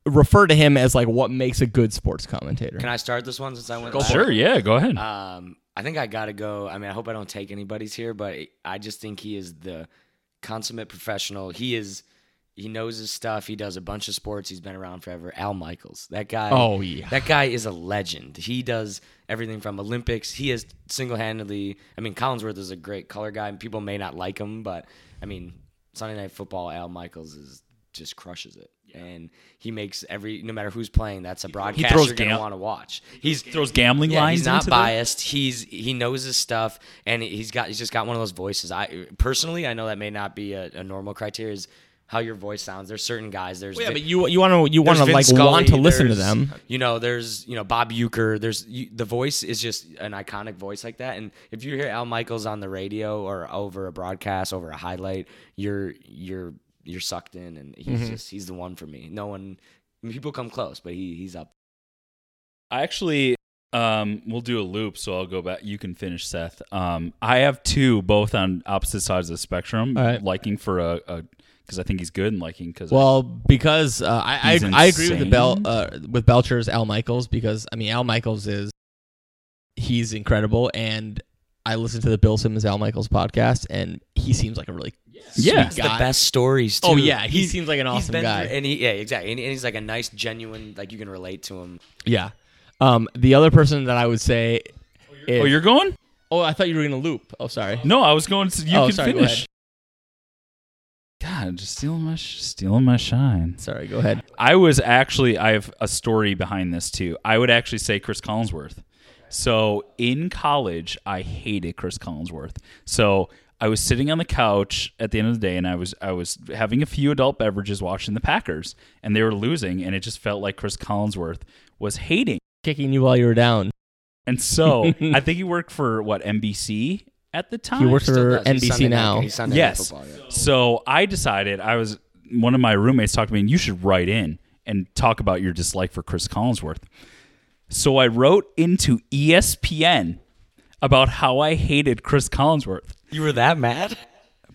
S4: refer to him as like what makes a good sports commentator.
S6: Can I start this one since I went? last?
S5: sure. Yeah. Go
S4: Uh,
S5: ahead.
S6: Um, I think I gotta go. I mean, I hope I don't take anybody's here, but I just think he is the consummate professional. He is. He knows his stuff. He does a bunch of sports. He's been around forever. Al Michaels. That guy.
S4: Oh, yeah.
S6: That guy is a legend. He does everything from Olympics. He is single-handedly. I mean, Collinsworth is a great color guy, and people may not like him, but I mean, Sunday Night Football. Al Michaels is just crushes it. And he makes every no matter who's playing, that's a broadcast
S5: throws
S6: you're gonna
S5: gam-
S6: want to watch. He's
S5: Throws gambling
S6: yeah,
S5: lines
S6: He's not
S5: into them?
S6: biased. He's he knows his stuff, and he's got he's just got one of those voices. I personally, I know that may not be a, a normal criteria. Is how your voice sounds. There's certain guys. There's
S4: yeah,
S6: Vin-
S4: but you you want to you want to
S6: there's Vin
S4: like
S6: Scully,
S4: want to listen to
S6: there's,
S4: them.
S6: You know, there's you know Bob Euchre. There's you, the voice is just an iconic voice like that. And if you hear Al Michaels on the radio or over a broadcast, over a highlight, you're you're you're sucked in, and
S4: Mm-hmm.
S6: he's just he's the one for me. No one, I mean, people come close, but he he's up.
S5: I actually um we'll do a loop so I'll go back you can finish Seth. Um I have two both on opposite sides of the spectrum
S4: All right.
S5: liking for a, a cuz I think he's good and liking cuz
S4: Well, because uh, I
S5: He's
S4: I, I agree with the
S5: insane.
S4: Bel uh, with Belcher's Al Michaels because I mean Al Michaels is he's incredible and I listened to the Bill Simmons Al Michaels podcast and he seems like a really
S5: Yeah.
S4: sweet
S5: He's
S6: It's
S4: guy.
S6: the best stories. Too.
S4: Oh yeah, he seems like an
S6: He's
S4: awesome
S6: been
S4: guy.
S6: through- and he, yeah, exactly. And, and he's like a nice, genuine, like you can relate to him.
S4: yeah. Um, the other person that I would say, is,
S5: Oh, you're going?
S4: oh, I thought you were gonna loop. Oh, sorry.
S5: No, I was going to you
S4: Oh,
S5: can
S4: sorry, go
S5: finish. God, just stealing my sh- stealing my shine.
S4: Sorry, go ahead.
S5: I was actually I have a story behind this too. I would actually say Chris Collinsworth. So in college, I hated Chris Collinsworth. So I was sitting on the couch at the end of the day, and I was I was having a few adult beverages, watching the Packers, and they were losing, and it just felt like Chris Collinsworth was hating.
S4: Kicking you while you were down.
S5: And so I think he worked for what NBC at the time.
S4: He works
S6: Still
S4: for
S6: does. He's Sunday
S4: NBC
S6: night-
S4: now.
S6: he's Sunday night
S5: Yes.
S6: football, yeah.
S5: So I decided I was one of my roommates talked to me, and you should write in and talk about your dislike for Chris Collinsworth. So I wrote into E ESPN about how I hated Chris Collinsworth,
S6: You were that mad?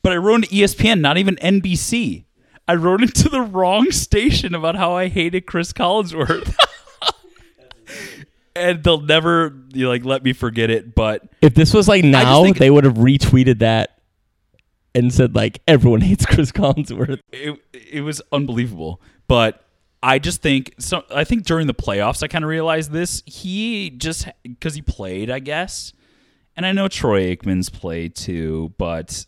S5: but I wrote into E ESPN, not even NBC. I wrote into the wrong station about how I hated Chris Collinsworth. And they'll never you know, like let me forget it, but
S4: If this was like now,
S5: think-
S4: they would have retweeted that and said like everyone hates Chris Collinsworth.
S5: it it was unbelievable. But I just think so. I think during the playoffs, I kind of realized this. He just because he played, I guess. And I know Troy Aikman's played too, but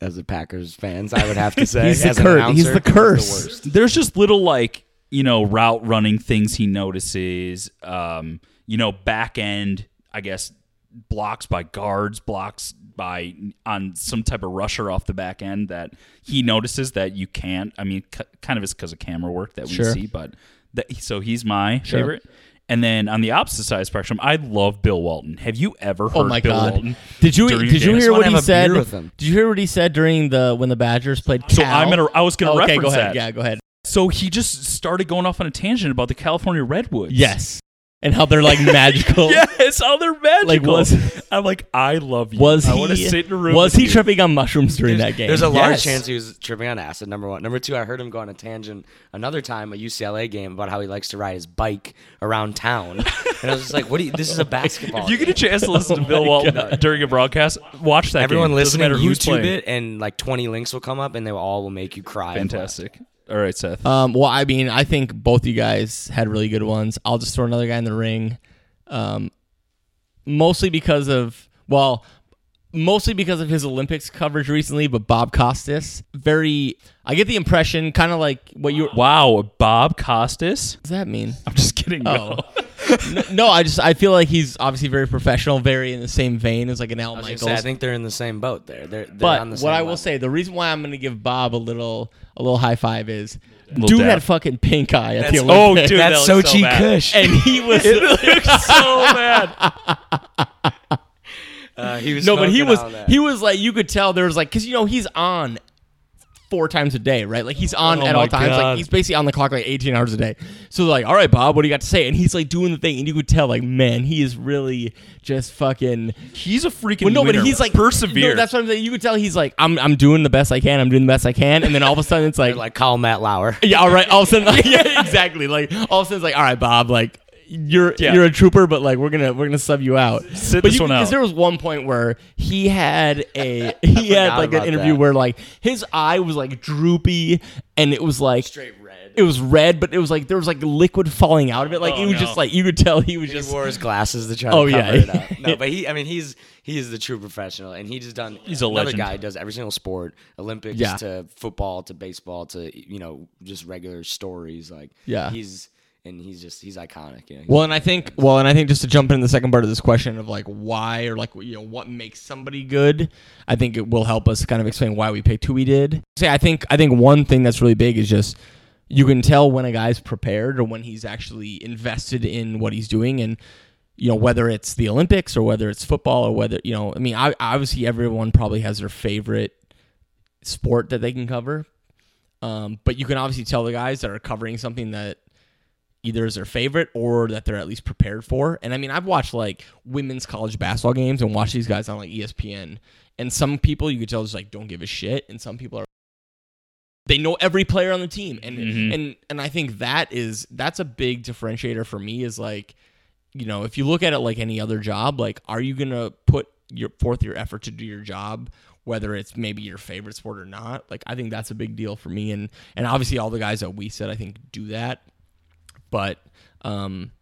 S6: As a Packers fans, I would have to say
S4: He's the
S6: as an
S4: cur-
S6: announcer,
S4: he's the curse.
S6: worst.
S5: there's just little like you know route running things he notices. Um, you know back end, I guess blocks by guards, blocks by on some type of rusher off the back end that he notices that you can't. I mean, c- kind of is because of camera work that we
S4: Sure.
S5: see, but that so he's my favorite. And then on the opposite side of the spectrum, I love Bill Walton. Have you ever heard
S4: Oh my
S5: Bill
S4: god!
S5: Walton?
S4: Did you
S5: during
S4: did you
S5: games?
S4: hear
S6: wanna
S4: what he
S6: have a
S4: said?
S6: beer with him.
S4: Did you hear what he said during the when the Badgers played?
S5: So
S4: Cal? Oh,
S5: I'm gonna- I was gonna
S4: okay,
S5: reference
S4: go ahead.
S5: that.
S4: Yeah, go ahead.
S5: So he just started going off on a tangent about the California redwoods.
S4: Yes, and how they're like magical.
S5: Yes, all they're magical.
S4: Like, was-
S5: I'm like, I love you.
S4: Was
S5: I
S4: he
S5: want to sit in a room.
S4: was
S5: with
S4: he
S5: you.
S4: tripping on mushrooms during that game?
S6: There's a large
S5: Yes.
S6: chance he was tripping on acid. Number one. Number two, I heard him go on a tangent another time, a UCLA game, about how he likes to ride his bike around town. and I was just like, "What? Do you, this is a basketball."
S5: If you get
S6: game.
S5: a chance to
S4: Oh
S5: listen to Bill Walton during a broadcast, watch that.
S6: everyone
S5: game. Doesn't
S6: listening,
S5: matter who's
S6: YouTube
S5: playing.
S6: it, and like 20 links will come up, and they will all will make you cry. and laugh.
S5: Fantastic. All right, Seth.
S4: Um, well, I mean, I think both you guys had really good ones. I'll just throw another guy in the ring, um, mostly because of well, mostly because of his Olympics coverage recently. But Bob Costas, very, I get the impression, kind of like what you. What
S5: wow, Bob Costas.
S4: does that mean?
S5: I'm just kidding.
S4: Oh.
S5: no.
S4: N- no, I just I feel like he's obviously very professional, very in the same vein as like an Al
S6: I was
S4: Michaels.
S6: gonna say, I think they're in the same boat. There, they're, they're
S4: but
S6: on the
S4: what
S6: same
S4: I
S6: level.
S4: will say, the reason why I'm going to give Bob a little a little high five is,
S5: Little
S4: dude
S5: dab.
S4: had fucking pink eye at the
S6: That's-
S5: Oh,
S4: Olympics.
S5: dude,
S6: that's
S5: that looks
S6: Sochi
S5: so bad.
S6: Kush.
S4: and he was
S5: so bad.
S6: Uh, he was
S4: no, but he
S6: smoking
S4: was
S6: on that.
S4: he was like you could tell there was like because you know he's on four times a day, right? Like he's on
S5: Oh
S4: at
S5: my
S4: all times.
S5: God.
S4: Like he's basically on the clock like eighteen hours a day. So they're like, all right, Bob, what do you got to say? And he's like doing the thing, and you could tell like, man, he is really just fucking.
S5: He's a freaking.
S4: Well, no,
S5: winner.
S4: but he's like
S5: persevere.
S4: No, that's what I'm saying. You could tell he's like, I'm I'm doing the best I can. I'm doing the best I can, and then all of a sudden it's like,
S6: like call Matt Lauer.
S4: yeah, all right. All of a sudden, yeah, exactly. Like all of a sudden, it's like, all right, Bob, like you're
S5: Yeah.
S4: you're a trooper, but like we're gonna we're gonna sub you out.
S5: Sit
S4: but
S5: this
S4: you,
S5: one out.
S4: Because there was one point where he had a he had
S6: forgot
S4: like an
S6: about
S4: interview
S6: that.
S4: where like his eye was like droopy and it was like
S6: Straight red.
S4: It was red, but it was like there was like liquid falling out of it. Like
S5: Oh,
S4: it was
S5: no.
S4: just like you could tell he was
S6: He
S4: just
S6: wore his glasses to try
S4: Oh,
S6: to cover
S4: yeah.
S6: it up. No, but he, I mean, he's he is the true professional, and he just done.
S5: He's a
S6: another
S5: legend.
S6: guy. who Does every single sport, Olympics
S4: Yeah.
S6: to football to baseball to you know just regular stories like
S4: Yeah.
S6: He's and he's just he's iconic. You know?
S4: Well, and I think well, and I think just to jump into the second part of this question of like why or like you know what makes somebody good, I think it will help us kind of explain why we picked who we did. Say, I think I think one thing that's really big is just you can tell when a guy's prepared or when he's actually invested in what he's doing, and you know whether it's the Olympics or whether it's football or whether you know I mean I, obviously everyone probably has their favorite sport that they can cover, um, but you can obviously tell the guys that are covering something that either is their favorite or that they're at least prepared for. And I mean, I've watched like women's college basketball games and watched these guys on like E ESPN. And some people you could tell just like don't give a shit, and some people are they know every player on the team. And
S5: Mhm.
S4: and and I think that is that's a big differentiator for me is like you know, if you look at it like any other job, like are you going to put your forth your effort to do your job whether it's maybe your favorite sport or not? Like I think that's a big deal for me and and obviously all the guys that we said I think do that. But um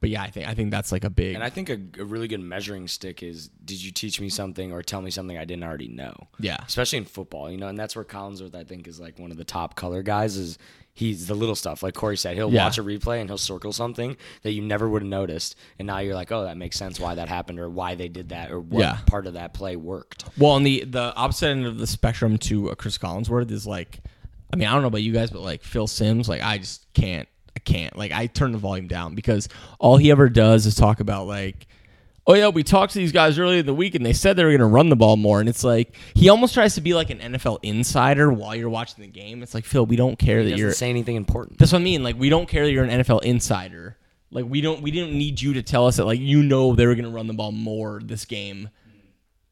S4: but yeah, I think I think that's like a big
S6: and I think a, a really good measuring stick is did you teach me something or tell me something I didn't already know?
S4: yeah.
S6: especially in football, you know, and that's where Collinsworth I think is like one of the top color guys is he's the little stuff. Like Corey said, he'll
S4: Yeah.
S6: watch a replay and he'll circle something that you never would have noticed, and now you're like, oh, that makes sense why that happened or why they did that or what
S4: Yeah.
S6: part of that play worked.
S4: Well, on the the opposite end of the spectrum to a Chris Collinsworth is like, I mean, I don't know about you guys, but like Phil Sims, like I just can't, I can't, like I turn the volume down because all he ever does is talk about like, oh yeah, we talked to these guys earlier in the week and they said they were gonna run the ball more, and it's like he almost tries to be like an NFL insider while you're watching the game. It's like Phil, we don't care
S6: He
S4: that
S6: doesn't
S4: you're.
S6: say anything important.
S4: That's what I mean. Like we don't care that you're an NFL insider. Like we don't we didn't need you to tell us that like you know they were gonna run the ball more this game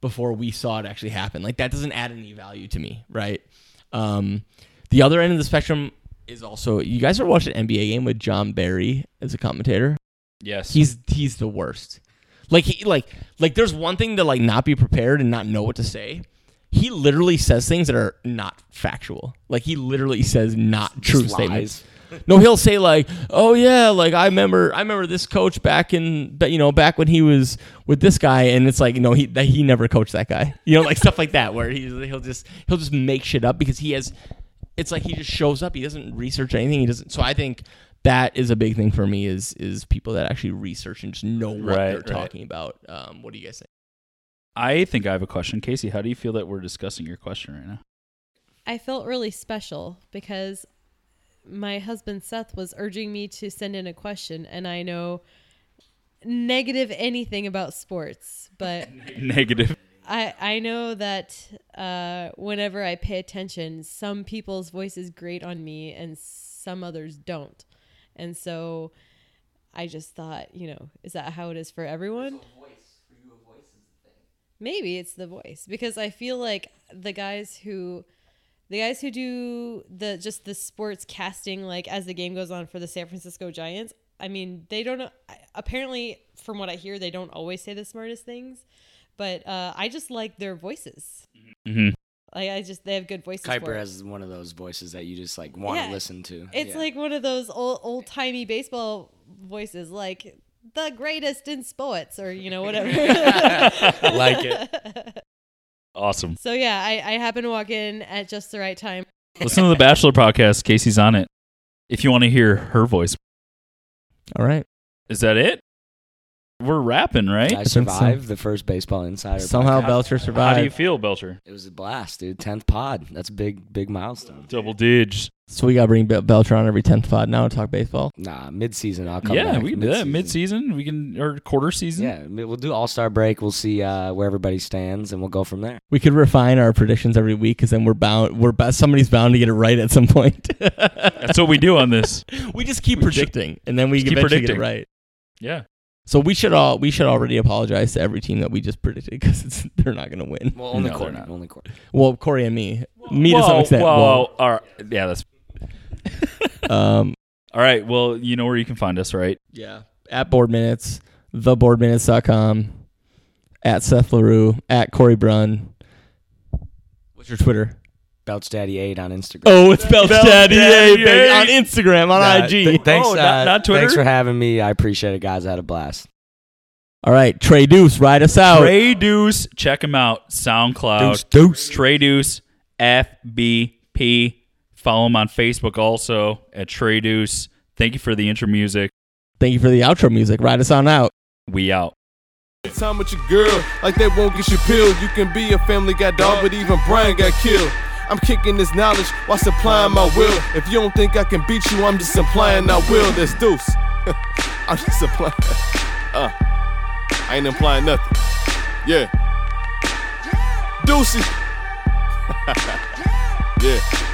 S4: before we saw it actually happen. Like that doesn't add any value to me, right? Um the other end of the spectrum is also you guys are watching an NBA game with John Barry as a commentator.
S5: yes.
S4: He's he's the worst. Like he like like there's one thing to like not be prepared and not know what to say. He literally says things that are not factual. Like he literally says not true
S6: lies.
S4: statements. No, he'll say like, "Oh yeah, like I remember, I remember this coach back in, but you know, back when he was with this guy," and it's like, no, he that he never coached that guy, you know, like stuff like that, where he's he'll just he'll just make shit up because he has, it's like he just shows up, he doesn't research anything, he doesn't. So I think that is a big thing for me is is people that actually research and just know what
S5: Right,
S4: they're
S5: right.
S4: talking about. Um, what do you guys think?
S5: I think I have a question, Casey. How do you feel that we're discussing your question right now?
S1: I felt really special because my husband Seth was urging me to send in a question, and I know negative anything about sports, but
S5: Negative.
S1: I I know that uh, whenever I pay attention, some people's voices grate on me and some others don't, and so I just thought, you know, is that how it is for everyone? Maybe it's the voice because I feel like the guys who the guys who do the just the sports casting like as the game goes on for the San Francisco Giants, I mean, they don't apparently from what I hear they don't always say the smartest things, but uh, I just like their voices.
S5: Mm-hmm.
S1: Like I just they have good voices. for
S6: Kuiper
S1: it.
S6: has one of those voices that you just like want
S1: Yeah.
S6: to listen to.
S1: It's
S6: Yeah.
S1: like one of those old old timey baseball voices, like the greatest in sports, or you know whatever.
S5: like it. Awesome.
S1: so yeah, I, I happened to walk in at just the right time.
S5: Listen to the Bachelor podcast. Casey's on it. If you want to hear her voice,
S4: All right.
S5: is that it? We're rapping, right?
S6: I
S4: so.
S6: survived the first baseball insider.
S4: Somehow
S6: podcast.
S4: Belcher
S5: How do you
S4: survived.
S5: feel, Belcher?
S6: it was a blast, dude. Tenth pod. That's a big, big milestone.
S5: Double digs.
S4: So we got to bring Bel- Belcher on every 10th pod now to talk baseball.
S6: Nah, mid season. I'll come.
S5: yeah,
S6: back.
S5: we can do that mid-season. We can or quarter season.
S6: Yeah, mi- we'll do All Star break. We'll see uh, where everybody stands, and we'll go from there.
S4: We could refine our predictions every week because then we're bound. We're bo- somebody's bound to get it right at some point.
S5: That's what we do on this.
S4: we just keep
S5: We just-
S4: predicting, and then we
S5: just keep
S4: eventually
S5: predicting.
S4: get it right.
S5: Yeah.
S4: So we should all we should already apologize to every team that we just predicted because they're not going to win.
S6: Well, only
S5: No,
S6: quarter.
S5: they're not.
S6: Only quarter.
S4: Well, Corey and me, me to some
S5: Whoa,
S4: extent.
S5: whoa,
S4: Well,
S5: all right. Yeah, that's
S4: um,
S5: all right. Well, you know where you can find us, right?
S4: yeah, at board minutes, theboardminutes.com, at Seth Larue, at Corey Brunn. What's your Twitter?
S6: Belch Daddy Eight on Instagram.
S4: Oh, it's Belch Daddy
S5: Daddy,
S4: A, baby,
S5: A.
S4: on Instagram, on
S6: Nah,
S4: IG.
S6: th- thanks,
S5: Oh,
S6: uh,
S5: not- not Twitter?
S6: Thanks for having me. I appreciate it, guys. I had a blast.
S4: All right, Trey Deuce, ride us out.
S5: Trey Deuce, check him out. SoundCloud.
S6: Oh. Deuce.
S5: Trey Deuce, FBP. Follow him on Facebook also at Trey Deuce. Thank you for the intro music.
S4: Thank you for the outro music. Ride us on out.
S5: We out.
S2: Time with your girl, like they won't get you peeled. You can be a family guy dog, but even Brian got killed. I'm kicking this knowledge while supplying my will. If you don't think I can beat you, I'm just implying I will. That's deuce. I'm just implying. Uh, I ain't implying nothing. Yeah. Deuces. yeah.